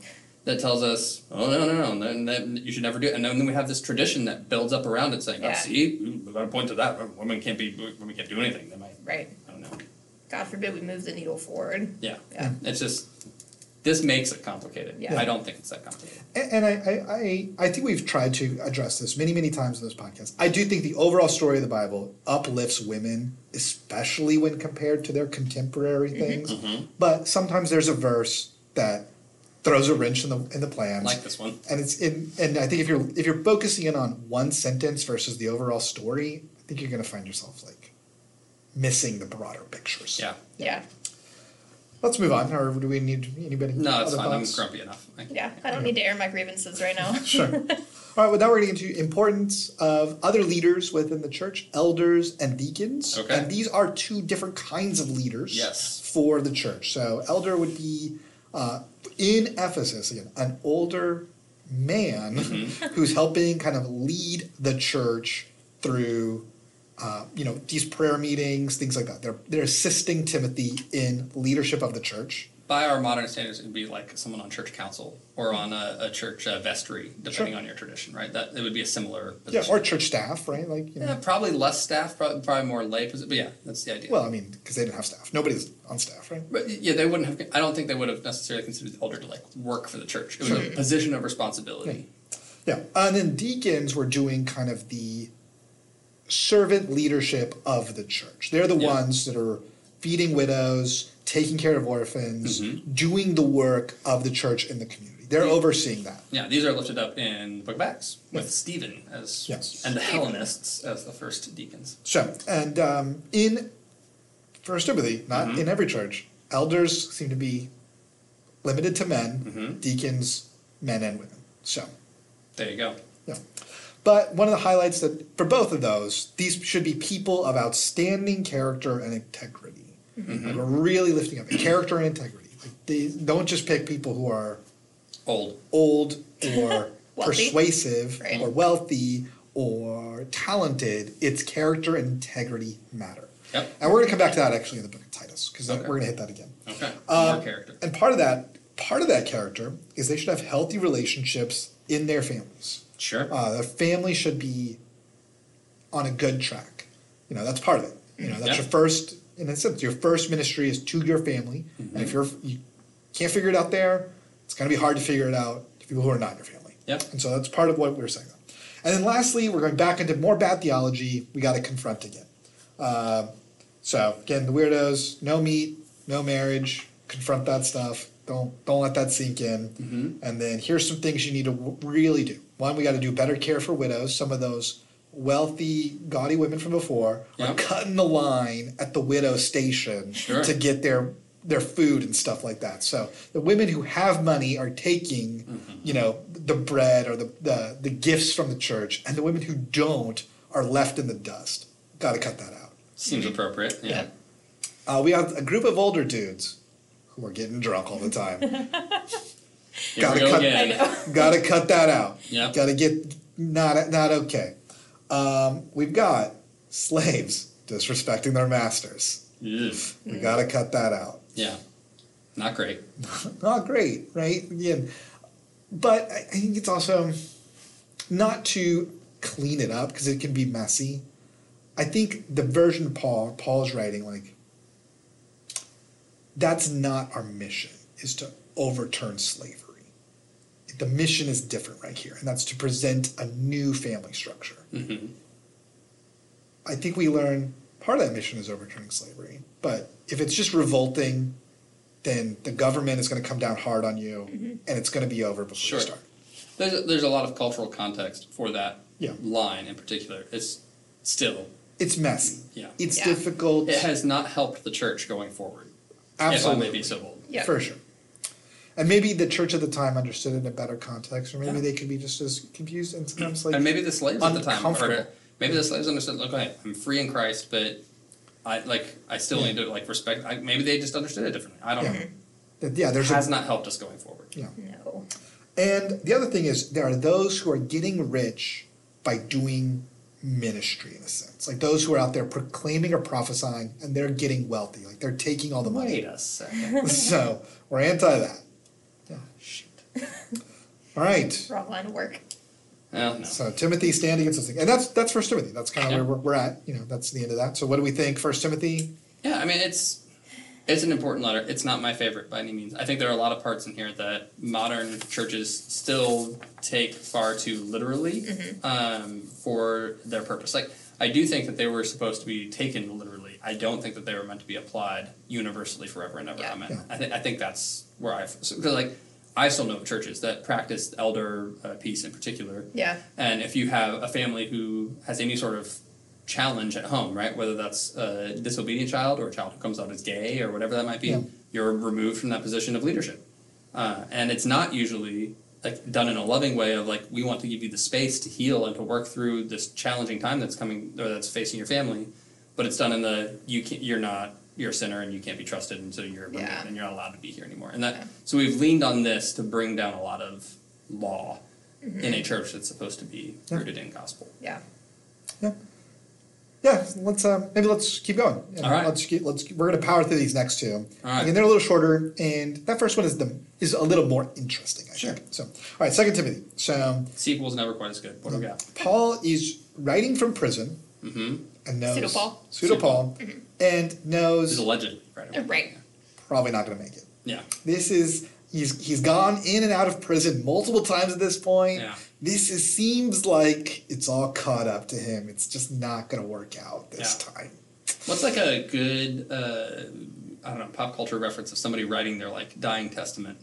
that tells us, oh, no, no, no, no, no, you should never do it. And then we have this tradition that builds up around it saying, Yeah. oh, see, we got to point to that. Women can't be, women can't do anything. They might, right. I don't know. God forbid we move the needle forward. Yeah. Yeah. It's just this makes it complicated. Yeah. I don't think it's that complicated. And, and I, I, I, I think we've tried to address this many, many times in this podcast. I do think the overall story of the Bible uplifts women, especially when compared to their contemporary Mm-hmm. things. But sometimes there's a verse that throws a wrench in the in the plans. Like this one. and it's in and I think if you're if you're focusing in on one sentence versus the overall story, I think you're gonna find yourself like missing the broader pictures. Yeah. Yeah, Let's move on, or do we need anybody? No, it's other fine. I'm thoughts? grumpy enough. I, yeah. I don't need to air my grievances right now. Sure. All right, well, now we're getting into importance of other leaders within the church, elders and deacons. Okay. And these are two different kinds of leaders Yes. for the church. So, elder would be uh, in Ephesus, again, an older man Mm-hmm. who's helping kind of lead the church through. Uh, you know these prayer meetings, things like that. They're they're assisting Timothy in leadership of the church. By our modern standards, it would be like someone on church council or on a, a church uh, vestry, depending Sure. on your tradition, right? That it would be a similar Yeah, position. or church staff, right? Like you know, Yeah, probably less staff, probably, probably more lay position. But yeah, that's the idea. Well, I mean, because they didn't have staff. Nobody's on staff, right? but yeah, they wouldn't have. I don't think they would have necessarily considered the elder to like work for the church. It was a position of responsibility. Yeah. And then deacons were doing kind of the servant leadership of the church. They're the Yeah. ones that are feeding widows, taking care of orphans, doing the work of the church in the community. They're Mm-hmm. Yeah. overseeing that. Yeah, these are lifted up in the Book of Acts with Stephen as Yes. and the Hellenists as the first deacons. So, and um, in First Timothy, not Mm-hmm. in every church, elders seem to be limited to men, Mm-hmm. deacons, men and women. So, There you go. Yeah. But one of the highlights that for both of those, these should be people of outstanding character and integrity. Mm-hmm. Like we're really lifting up character and integrity. Like they don't just pick people who are Old. old or Wealthy. persuasive Right. or wealthy or talented. It's character and integrity matter. Yep. And we're gonna come back to that actually in the book of Titus, because Okay. we're gonna hit that again. Okay. Um, More character. And part of that part of that character is they should have healthy relationships in their families Sure. uh, their family should be on a good track. You know, that's part of it. You know, that's Yeah. your first, in a sense, your first ministry is to your family. And Mm-hmm. if you're you can't figure it out there, it's going to be hard to figure it out to people who are not your family. Yep. And so that's part of what we were saying. And then lastly, we're going back into more bad theology. We got to confront again. Um, so again, the weirdos, no meat, no marriage. Confront that stuff. Don't don't let that sink in. And then here's some things you need to w- really do. One, we got to do better care for widows. Some of those wealthy, gaudy women from before are Yeah. cutting the line at the widow station Sure. to get their their food and stuff like that. So the women who have money are taking, you know, the bread or the, the the gifts from the church, and the women who don't are left in the dust. Got to cut that out. Seems appropriate. Yeah. Yeah. Uh, we have a group of older dudes who are getting drunk all the time. Here Gotta we go cut- I again. know. Gotta cut that out. Yep. Gotta get not not okay. Um, we've got slaves disrespecting their masters. Ugh. We gotta cut that out. Mm. Yeah. Not great. not Oh, great, right? Yeah. But I I think it's also not to clean it up because it can be messy. I think the version Paul Paul's writing, like that's not our mission, is to overturn slavery. The mission is different right here, and that's to present a new family structure. Mm-hmm. I think we learn part of that mission is overturning slavery. But if it's just revolting, then the government is going to come down hard on you, Mm-hmm. and it's going to be over before Sure. you start. There's a, there's a lot of cultural context for that Yeah. line in particular. It's still It's messy. yeah. It's Yeah. difficult. It has not helped the church going forward. Absolutely. If I may be so bold. Yeah. For sure. And maybe the church at the time understood it in a better context, or maybe Yeah. they could be just as confused and sometimes like and maybe the slaves at the time, or uncomfortable. maybe the slaves understood. Look, I, I'm free in Christ, but I like I still need to like respect. I, maybe they just understood it differently. I don't. Yeah. know. that- yeah, there's has a, not helped us going forward. yeah. No. And the other thing is, there are those who are getting rich by doing ministry, in a sense. Like those who are out there proclaiming or prophesying, and they're getting wealthy. Like they're taking all the Wait money. a second. so we're anti that. Shit. All right. Wrong line of work. Well, no. So Timothy stand against this thing, and that's that's First Timothy. That's kind of Yeah. where we're, we're at. You know, that's the end of that. So what do we think, First Timothy? Yeah, I mean it's it's an important letter. It's not my favorite by any means. I think there are a lot of parts in here that modern churches still take far too literally um, for their purpose. Like I do think that they were supposed to be taken literally. I don't think that they were meant to be applied universally forever and ever. Yeah. Amen. Yeah. I think I think that's where I so, 'cause, like I still know of churches that practice elder uh, peace in particular Yeah. and if you have a family who has any sort of challenge at home, right, whether that's a disobedient child or a child who comes out as gay or whatever that might be, Yeah. you're removed from that position of leadership. Uh, and it's not usually like done in a loving way of like we want to give you the space to heal and to work through this challenging time that's coming or that's facing your family, but it's done in the you can you're not you're a sinner and you can't be trusted and so you're removed Yeah. and you're not allowed to be here anymore. And that Yeah. so we've leaned on this to bring down a lot of law in a church that's supposed to be Mm-hmm. Yeah. rooted in gospel. Yeah. Yeah, let's um, maybe let's keep going. And All right. Let's keep, let's we're gonna power through these next two. All right. Again, they're a little shorter, and that first one is the is a little more interesting. I Sure. think. So, all right, Second Timothy. So Sequel's never quite as good. What do Mm-hmm. we got? Paul is writing from prison Mm-hmm. and knows Pseudo Paul. Pseudo Paul, and This is knows allegedly right. away. Right. probably not gonna make it. Yeah. This is he's he's gone in and out of prison multiple times at this point. Yeah. This is, seems like it's all caught up to him. It's just not gonna work out this Yeah. time. What's like a good uh, I don't know pop culture reference of somebody writing their like dying testament?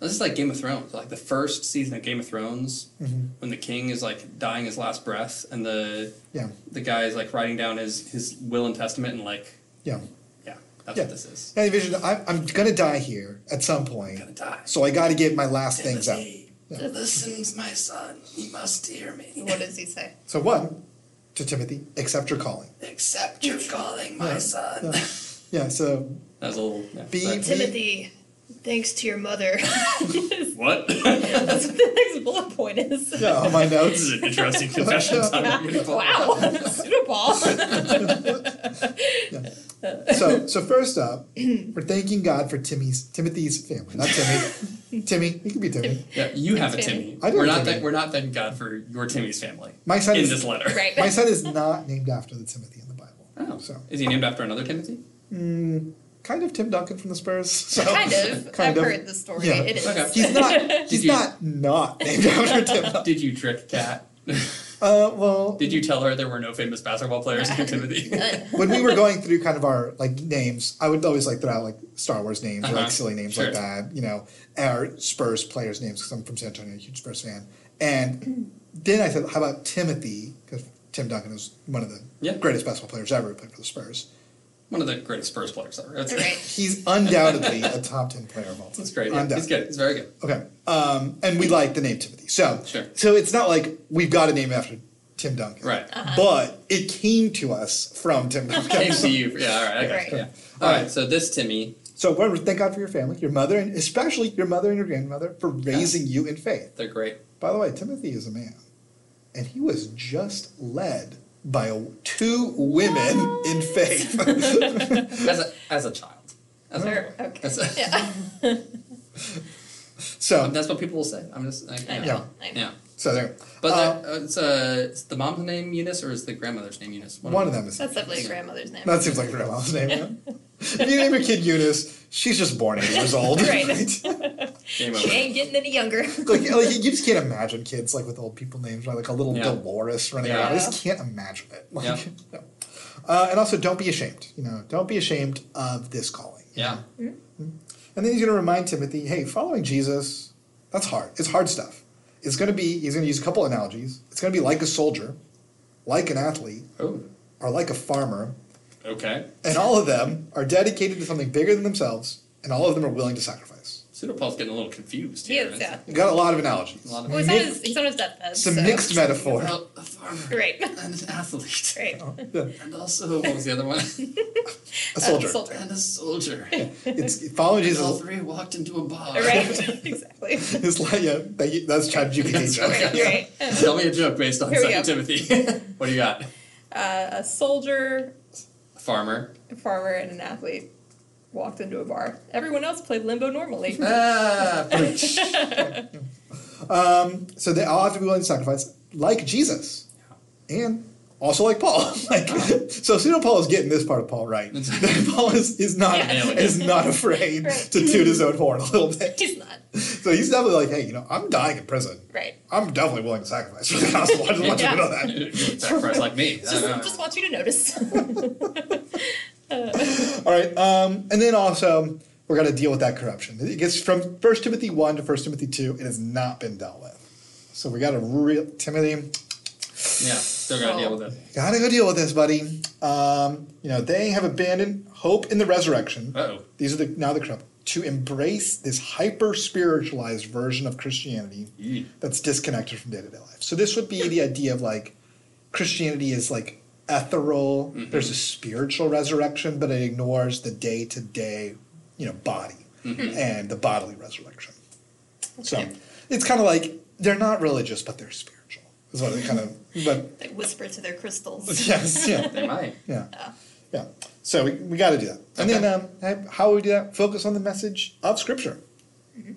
This is like Game of Thrones. Like the first season of Game of Thrones, Mhm. when the king is like dying his last breath, and the Yeah, the guy is like writing down his his will and testament, and like yeah. yeah, that's Yeah. what this is. Any vision? I'm I'm gonna die here at some point, gonna die. so I got to get my last things out. Timothy, Listen, my son. You must hear me. What does he say? So one, to Timothy, accept your calling. Accept your calling, my Yeah, son. yeah. Yeah. So That was a little. Yeah, Be- sorry. Timothy, thanks to your mother. What? That's what the next bullet point is. yeah, on my this is notes. an interesting confession. Yeah. Wow, Yeah. pseudoball. So so first up, we're thanking God for Timmy's Timothy's family. Not Timmy. Timmy. He could be Timmy. Yeah, you have a Thanks, Timmy. I do we're have a not Timmy. thank- we're not thanking God for your Timmy's family My son in is this letter. right. My son is not named after the Timothy in the Bible. Oh, So, is he named after another Timothy? mm, kind of Tim Duncan from the Spurs. So, kind of. Kind I've of. heard the story. Yeah. It is. Okay. He's not. He's Did you- not not named after Tim. Duncan. Did you trick Kat? Uh, well, Did you tell her there were no famous basketball players named Timothy? when we were going through kind of our like names, I would always like throw out like Star Wars names or Uh-huh. like silly names Sure. like that. You know, our Spurs players' names because I'm from San Antonio, a huge Spurs fan. And then I said, "How about Timothy?" Because Tim Duncan is one of the Yeah. greatest basketball players ever who played for the Spurs. One of the greatest Spurs players ever. That's, right. He's undoubtedly a top ten player of all time. that's great. Yeah, he's Undoubtedly. good. He's very good. Okay. Um, and we like the name Timothy. So Sure. so it's not like we've got a name after Tim Duncan. Right. But it came to us from Tim Duncan. Came to you. Yeah. All right. I got you, Right. Yeah. All right. So this Timmy. so one, thank God for your family, your mother, and especially your mother and your grandmother for raising you in faith. They're great. By the way, Timothy is a man, and he was just led by a, two women in faith. As a as a child. That's Sure, horrible. okay. That's, Yeah. So, that's what people will say. I'm just like, I yeah. know. Yeah. I know. yeah. so there. But Uh, that- uh, it's, uh, it's the mom's name Eunice or is the grandmother's name Eunice? one of them is That's definitely your grandmother's name. That seems like grandma's name. Yeah. if you name your kid Eunice, she's just born eight years old. Right. Game she over. ain't getting any younger. like, like you just can't imagine kids like with old people names, right? Like a little Yeah. Dolores running Yeah. around. I just can't imagine it. Like, Yeah. no. uh, and also, don't be ashamed. You know, don't be ashamed of this calling. Yeah. Mm-hmm. And then he's going to remind Timothy, hey, following Jesus, that's hard. It's hard stuff. It's going to be. He's going to use a couple analogies. It's going to be like a soldier, like an athlete, Oh, or like a farmer. okay. And all of them are dedicated to something bigger than themselves, and all of them are willing to sacrifice. Pseudopaul's getting a little confused He here. is, yeah. You got a lot of analogies. A lot of- Well, he's on Mi- his, he's on his deathbed. some so. mixed metaphor. Well, a farmer Right. and an athlete. Right. Oh. And also, what was the other one? A soldier. soldier. and a soldier. It's following And all Jesus. three walked into a bar. Right. exactly. It's like yeah, thank you- that's Chad GPT. joke. Right. Yeah. Right. Tell me a joke based on Here we Second go. Timothy. what do you got? Uh, a soldier, A farmer. a farmer, and an athlete walked into a bar. Everyone else played limbo normally. Uh, Ah, preach. Um, so they all have to be willing to sacrifice, like Jesus, and also like Paul. like so, pseudo Paul is getting this part of Paul right. Paul is, is not Yeah. is not afraid Right. to toot his own horn a little bit. he's not. So he's definitely like, hey, you know, I'm dying in prison. Right. I'm definitely willing to sacrifice for the gospel. I just want you to know that. Sacrifice like me. I Just, don't know. just want you to notice. All right, um, and then also we're going to deal with that corruption. It gets from 1 Timothy one to 1 Timothy two. It has not been dealt with, so we got to real Timothy. Yeah, still gotta deal with it. Got to go deal with this, buddy. Um, you know they have abandoned hope in the resurrection. Uh-oh. These are the now the corrupt to embrace this hyper spiritualized version of Christianity Yeah. that's disconnected from day to day life. So this would be the idea of like Christianity is like ethereal. There's a spiritual resurrection, but it ignores the day to day, you know, body and the bodily resurrection. So it's kind of like they're not religious, but they're spiritual. Is what it kind of. But they whisper to their crystals. yes, yeah, They might. yeah, Oh. yeah. So we, we got to do that. And then um, how we do that? Focus on the message of Scripture,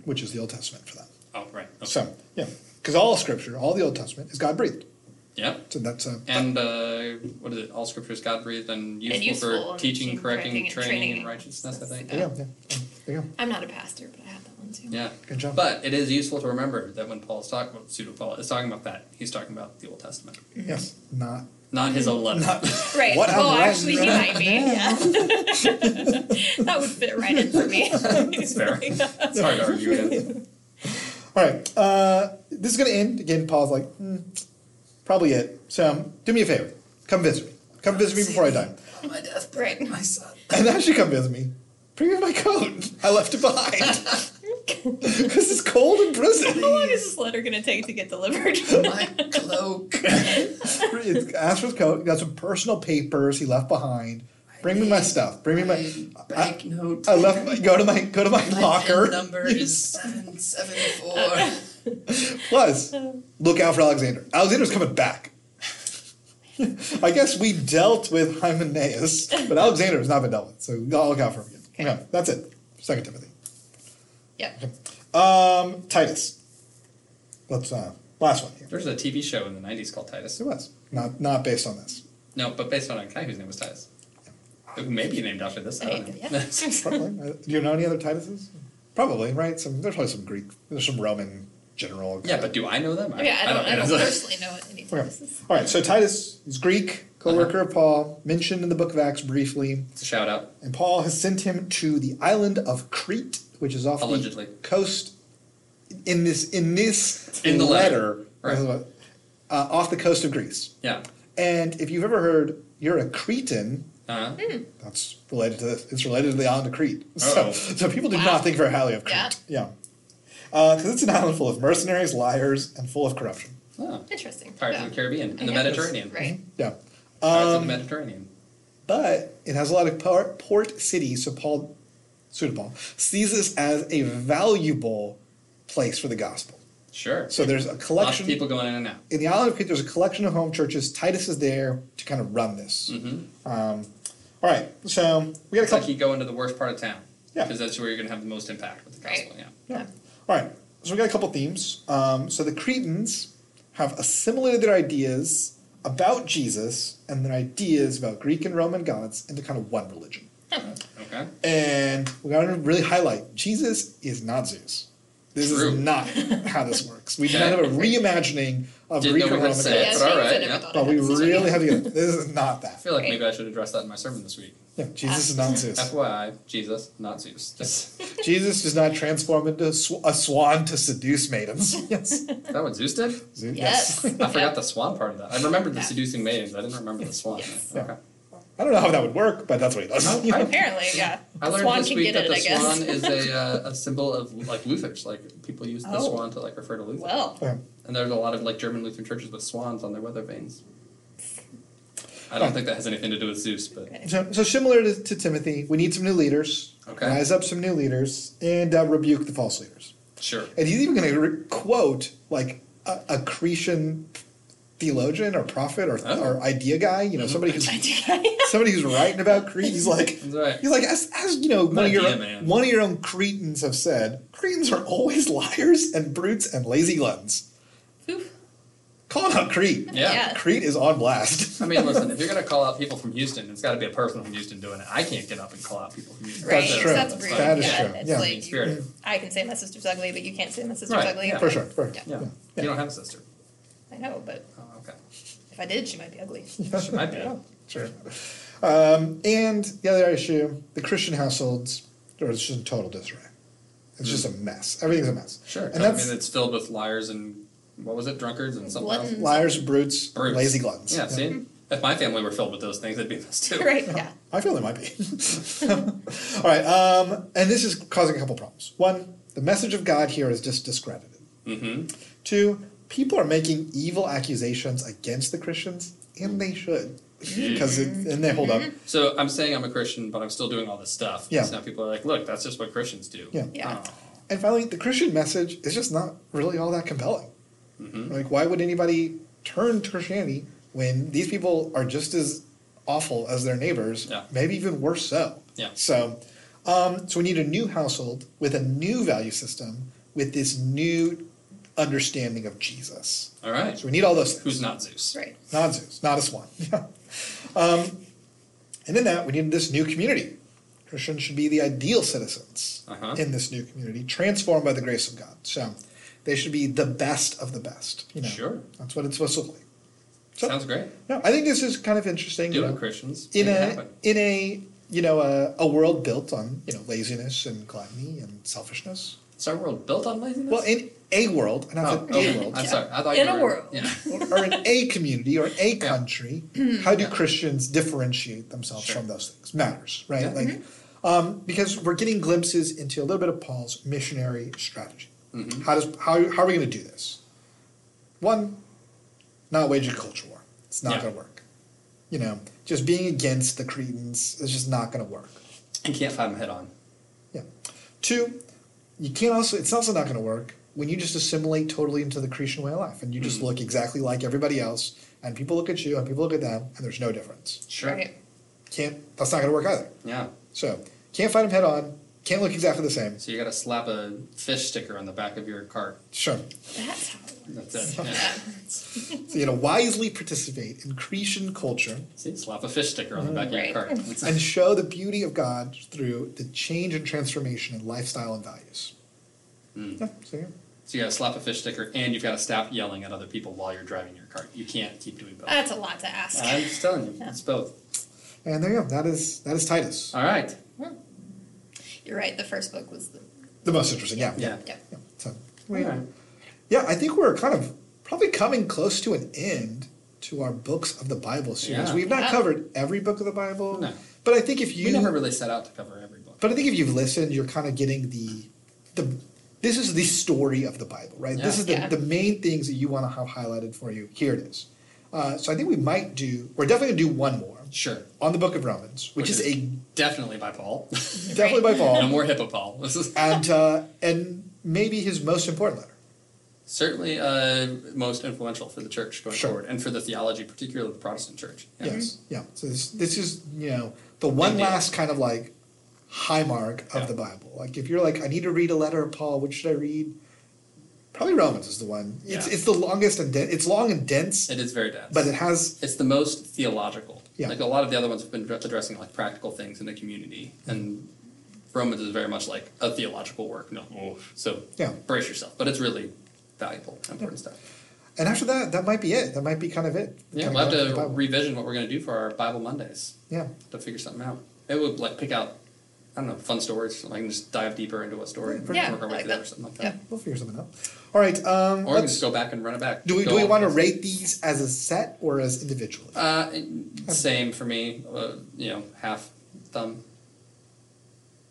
which is the Old Testament for that. Oh, right. Okay. So yeah, because all Scripture, all the Old Testament is God breathed. Yep. So that's a And uh, what is it? All scripture is God breathed and useful, And useful for in teaching, teaching, correcting, correcting, and training, training. in righteousness, I think. there you go. Yeah, yeah. there you go. I'm not a pastor, but I have that one too. Yeah. Good job. But it is useful to remember that when Paul's talking about pseudo Paul is talking about that, he's talking about the Old Testament, Yes, not not his own letter. Right. What oh, I'm actually, he writing right might be. Yeah. that would fit right in for me. That's fair. it's hard to argue with. all right. Uh, this is going to end again. Paul's like, "Hmm, probably it. So um, do me a favor, come visit me. Come visit me before I die, On my deathbed, Right. my son. and actually come visit me. Bring me my coat. I left it behind because it's cold in prison. How long is this letter going to take to get delivered? My cloak. It's- Ask for his coat. Got some personal papers he left behind. Bring me my stuff. Bring me my. I, banknote. I left. My, go to my. Go to my, My locker. PIN number is seven seven four. Plus, look out for Alexander. Alexander's coming back. I guess we dealt with Hymenaeus, but Alexander has not been dealt with, so I'll look out for him. Again. Okay, that's it. Second Timothy. yep. Um, Titus. Let's uh, last one here. There's a TV show in the '90s called Titus. It was not not based on this. No, but based on a guy whose name was Titus, who may be named after this. I don't know. Yeah. Probably. Uh, Do you know any other Tituses? Probably, right? Some there's probably some Greek. There's some Roman general. yeah, but do I know them? yeah, I don't, I don't know. personally know what any Okay. this is. All right. So Titus is Greek, co-worker Uh-huh. of Paul, mentioned in the Book of Acts briefly. It's a shout out. And Paul has sent him to the island of Crete, which is off Allegedly. the coast. In this, in this In the letter, letter, right. uh, off the coast of Greece. Yeah. And if you've ever heard, you're a Cretan. Uh, Hmm. That's related to this. It's related to the island of Crete. So, Uh-oh. so people do Wow. not think very highly of Crete. Yeah, because it's an island full of mercenaries, liars, and full of corruption. oh. Interesting. Pirates Yeah. of the Caribbean and the Yeah. Mediterranean. Right. Yeah, Pirates Um, of the Mediterranean. but it has a lot of port, port cities. So Paul, Pseudo-Paul, sees this as a valuable place for the gospel. Sure. So there's a Lots collection of people going in and out. in the island of Crete. There's a collection of home churches. Titus is there to kind of run this. Um, all right, so we got a It's Mm-hmm. like couple. you go into the worst part of town. Yeah. Because that's where you're going to have the most impact with the Right. gospel. Yeah. Yeah. All right. So we got a couple themes. Um, so the Cretans have assimilated their ideas about Jesus and their ideas about Greek and Roman gods into kind of one religion. Okay. And we got to really highlight Jesus is not Zeus. This True. is not how this works. We Okay. kind of a reimagining of Didn't Greek know and we had Roman gods. sex. but all things right, I never yeah. thought But I'd we have to say. really have to get this is not I that. feel like Right. maybe I should address that in my sermon this week. Yeah, Jesus is not Zeus. FYI, Jesus, not Zeus. That's, Jesus does not transform into a sw- a swan to seduce maidens. Yes. is that what Zeus did? Zeus, Yes. I forgot the swan part of that. I remembered the Yeah. seducing maidens. I didn't remember the swan. Yes. Okay. I don't know how that would work, but that's what he does. Oh, You know? Apparently, yeah. I learned Swan this can week get that it, the I guess. swan is a, uh, a symbol of like Luther's. Like people use the Oh. swan to like refer to Luther. well, Yeah. And there's a lot of like German Lutheran churches with swans on their weather vanes. I don't think that has anything to do with Zeus, but okay. So, so similar to, to Timothy, we need some new leaders. Okay. Rise up some new leaders and uh, rebuke the false leaders. sure. And he's even going to re- quote like a, a Cretan theologian or prophet or, Oh. Mm-hmm. or idea guy. You know, somebody who's yeah. somebody who's writing about Crete. He's like, That's right. he's like, as, as you know, one of your Idea man. one of your own Cretans have said, Cretans are always liars and brutes and lazy gluns. Call out Crete. Yeah. Crete is on blast. I mean, listen, if you're gonna call out people from Houston, it's got to be a person from Houston doing it. I can't get up and call out people from Houston. Right. That's so true. That's rude. fine. That is yeah, true. It's Yeah. like Spirit. you- I can say my sister's ugly, but you can't say my sister's Right, ugly. yeah. For sure. For, Yeah. Yeah. Yeah. You don't have a sister. I know, but Oh, okay. if I did, she might be ugly. She might be. Sure. Um, and the other issue, the Christian households are just in total disarray. It's just a mess. Everything's a mess. Sure. And I that's mean, it's filled with liars and what was it, drunkards and something else? Gluttons. liars, brutes, Brutes. lazy gluttons. Yeah. See, if my family were filled with those things, it'd be this too. Mm-hmm. right? Yeah. I feel they might be. All right. Um, and this is causing a couple problems. One, the message of God here is just discredited. Mm-hmm. Two, people are making evil accusations against the Christians, and they should. Because it, and they hold up. So I'm saying I'm a Christian, but I'm still doing all this stuff. Yeah. So now people are like, look, that's just what Christians do. Yeah. Yeah. Oh. And finally, the Christian message is just not really all that compelling. Mhm. Like, why would anybody turn to Christianity when these people are just as awful as their neighbors, Yeah. maybe even worse so? Yeah. So, um, so we need a new household with a new value system with this new understanding of Jesus. All right. So we need all those things. Who's not Zeus? Right. Not Zeus, not a swan. Yeah. Um, and in that, we need this new community. Christians should be the ideal citizens Uh-huh. in this new community, transformed by the grace of God. So they should be the best of the best. You know, Sure. That's what it's supposed to look like. So- Sounds great. No, I think this is kind of interesting. you Do know, it, Christians. in Make it a happen. in a you know a, a world built on you know laziness and gluttony and selfishness. Is our world built on laziness? Well, in a world, and I oh, said okay. a world, I'm sorry. I thought In you a were, world. Yeah. or in a community or a country, how do Yeah. Christians differentiate themselves Sure. from those things? Matters, right? Yeah. Mm-hmm. Like, um, because we're getting glimpses into a little bit of Paul's missionary strategy. Mhm. How does how, how are we going to do this? One, not wage a culture war. It's not Yeah. going to work. You know, just being against the Cretans is just not going to work. You can't fight them head on. Yeah. Two, you can't also, it's also not going to work when you just assimilate totally into the Cretan way of life and you Mm. just look exactly like everybody else and people look at you and people look at them and there's no difference. Sure. Right. Can't, that's not going to work either. Yeah. So, can't fight them head on, can't look exactly the same. So you got to slap a fish sticker on the back of your cart. Sure. That's how it works. That's it. Yeah. Yeah. So, you know, wisely participate in Cretan culture See, slap a fish sticker on the back of Right. your cart. That's and it. show the beauty of God through the change and transformation in lifestyle and values. Mm. Yeah, so yeah. So you got to slap a fish sticker, and you've got to stop yelling at other people while you're driving your cart. You can't keep doing both. That's a lot to ask. I'm just telling you, Yeah. it's both. And there you go. That is that is Titus. All right. You're right. The first book was the. The most interesting. Yeah. Yeah. Yep. yeah. So, All we- right. Yeah, I think we're kind of probably coming close to an end to our books of the Bible series. Yeah. We've not Yeah. covered every book of the Bible, No. but I think if you, We never really set out to cover every book. but I think if you've listened, you're kind of getting the, the, this is the story of the Bible, right? This Yeah. is the, Yeah. the main things that you want to have highlighted for you. Here it is. Uh, so I think we might do. We're definitely gonna do one more Sure. on the Book of Romans, which, Which is, is- a Definitely by Paul. definitely by no Paul, more hippo Paul. This is and uh, and maybe his most important letter. certainly uh, most influential for the church going Sure. forward, and for the theology, particularly the Protestant church. Yeah. Yes. Yeah. So this this is you know the one Big deal. last kind of like high mark of Yeah. the Bible. Like if you're like, I need to read a letter of Paul, which should I read? Probably Romans is the one. It's Yeah. it's the longest and den- it's long and dense, It is very dense. but it has it's the most theological. Yeah. Like a lot of the other ones have been dr- addressing like practical things in the community, and Romans is very much like a theological work. No, so Yeah. brace yourself. But it's really valuable, important stuff. and after that, that might be it. That might be kind of it. Yeah, Kind we'll of have the to Bible. revision what we're going to do for our Bible Mondays yeah. to figure something out. It would like pick out. I don't know, fun stories. Like, just dive deeper into a story and Yeah, work our I way like through that that. or something like Yeah. that. We'll figure something out. All right. Um, Or we can let's, just go back and run it back. do we Go do we all want to these. rate these as a set or as individually? Uh, same for me. Uh, you know, half thumb.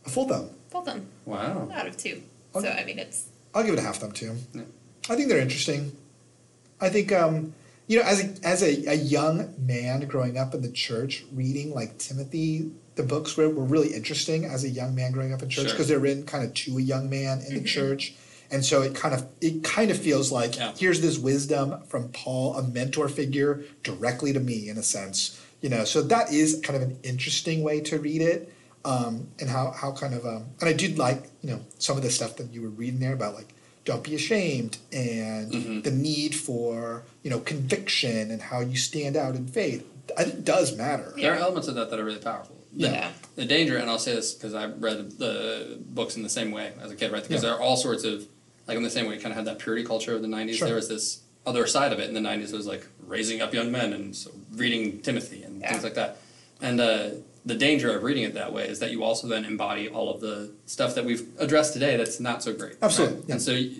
a full thumb. Well done. Wow. Out of two. Okay. So I mean, it's I'll give it a half thumb too. Yeah. I think they're interesting. I think um, you know, as a as a, a young man growing up in the church, reading like Timothy, the books were, were really interesting as a young man growing up in church Sure. because they're written kind of to a young man in the church. And so it kind of it kind of feels like Yeah. here's this wisdom from Paul, a mentor figure directly to me in a sense. You know, so that is kind of an interesting way to read it. Um, and how, how kind of um, and I did like, you know, some of the stuff that you were reading there about like don't be ashamed and Mhm. the need for, you know, conviction and how you stand out in faith. I think It does matter. There are elements of that that are really powerful. The, Yeah. yeah. the danger, and I'll say this because I read the books in the same way as a kid, right? Because Yeah. there are all sorts of, like in the same way, you kind of had that purity culture of the 90s. Sure. There was this other side of it in the 90s was like raising up young men and so reading Timothy and Yeah. things like that. And uh, the danger of reading it that way is that you also then embody all of the stuff that we've addressed today that's not so great. right? Absolutely, yeah. And so y-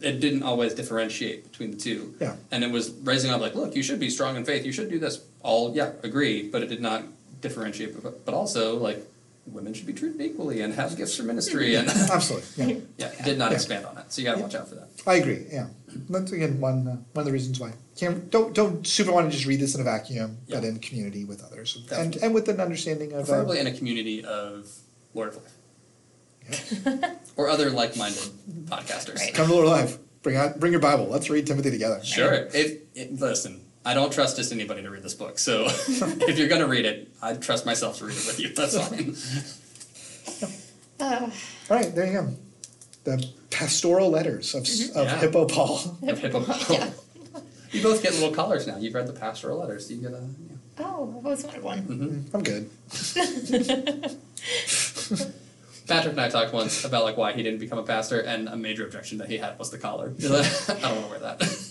it didn't always differentiate between the two. Yeah. And it was raising up like, look, you should be strong in faith. You should do this. All yeah, agree, but it did not differentiate. But, but also like, women should be treated equally and have gifts for ministry. And Absolutely. Yeah. yeah, it did not Yeah. expand on it. So you got to watch out for that. I agree. Yeah, that's again one uh, one of the reasons why Cam, don't don't super want to just read this in a vacuum, but Yeah. in community with others, and Definitely. and with an understanding of uh, Preferably in a community of Lord of Life yeah. or other like-minded podcasters. Right. come to Lord Life. Bring out bring your Bible. Let's read Timothy together. Sure. If, if listen, I don't trust just anybody to read this book. So if you're gonna read it, I trust myself to read it with you. That's fine. Uh, All right, there you go. The pastoral letters of s of Mm-hmm. Yeah. Hippo Paul. Of Hippo Paul. yeah. You both get little collars now. You've read the pastoral letters. You get a. Yeah. Oh, I've always wanted one. I'm good. Patrick and I talked once about like why he didn't become a pastor, and a major objection that he had was the collar. He's like, I don't want to wear that.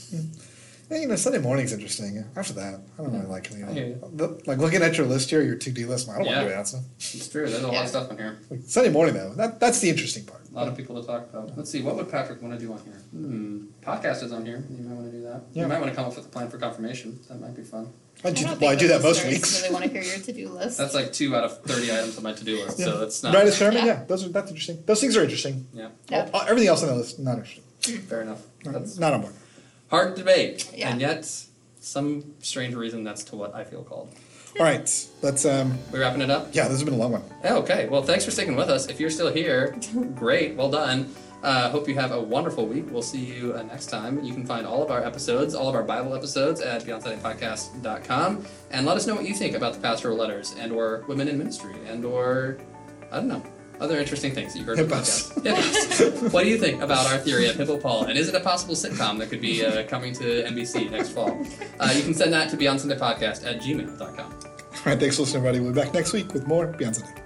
Yeah, you know, Sunday morning's interesting. After that, I don't really like it. You know. Mm-hmm. I hear you. The- Like looking at your list here, your to do list. I don't want Yeah. to do that stuff. it's true. There's a lot Yeah. of stuff on here. Like, Sunday morning though, that that's the interesting part. A lot of people to talk about. Let's see. What would Patrick want to do on here? Hmm. Podcast is on here. You might want to do that. Yeah. You might want to come up with a plan for confirmation. That might be fun. I do, don't think well, I the do that most listeners weeks. Really want to hear your to-do list. That's like two out of thirty items on my to-do list. Yeah. So that's not. Write a sermon. Yeah. Yeah, those are that's interesting. Those things are interesting. yeah. Yeah. Well, everything else on that list not interesting. Fair enough. That's not on board. hard debate, Yeah. and yet some strange reason that's to what I feel called. All right, let's. Um, We wrapping it up. yeah, this has been a long one. Yeah, Oh, Okay, well, thanks for sticking with us. If you're still here, great, well done. Uh, hope you have a wonderful week. We'll see you uh, next time. You can find all of our episodes, all of our Bible episodes, at BeyondSundayPodcast.com, and let us know what you think about the pastoral letters and or women in ministry and or I don't know other interesting things that you've heard. on the Hippos. podcast. Hippos. what do you think about our theory of Hippo Paul? And is it a possible sitcom that could be uh, coming to NBC next fall? Uh, you can send that to BeyondSundayPodcast at gmail.com. All right, thanks for listening, everybody. We'll be back next week with more Beyond Sunday.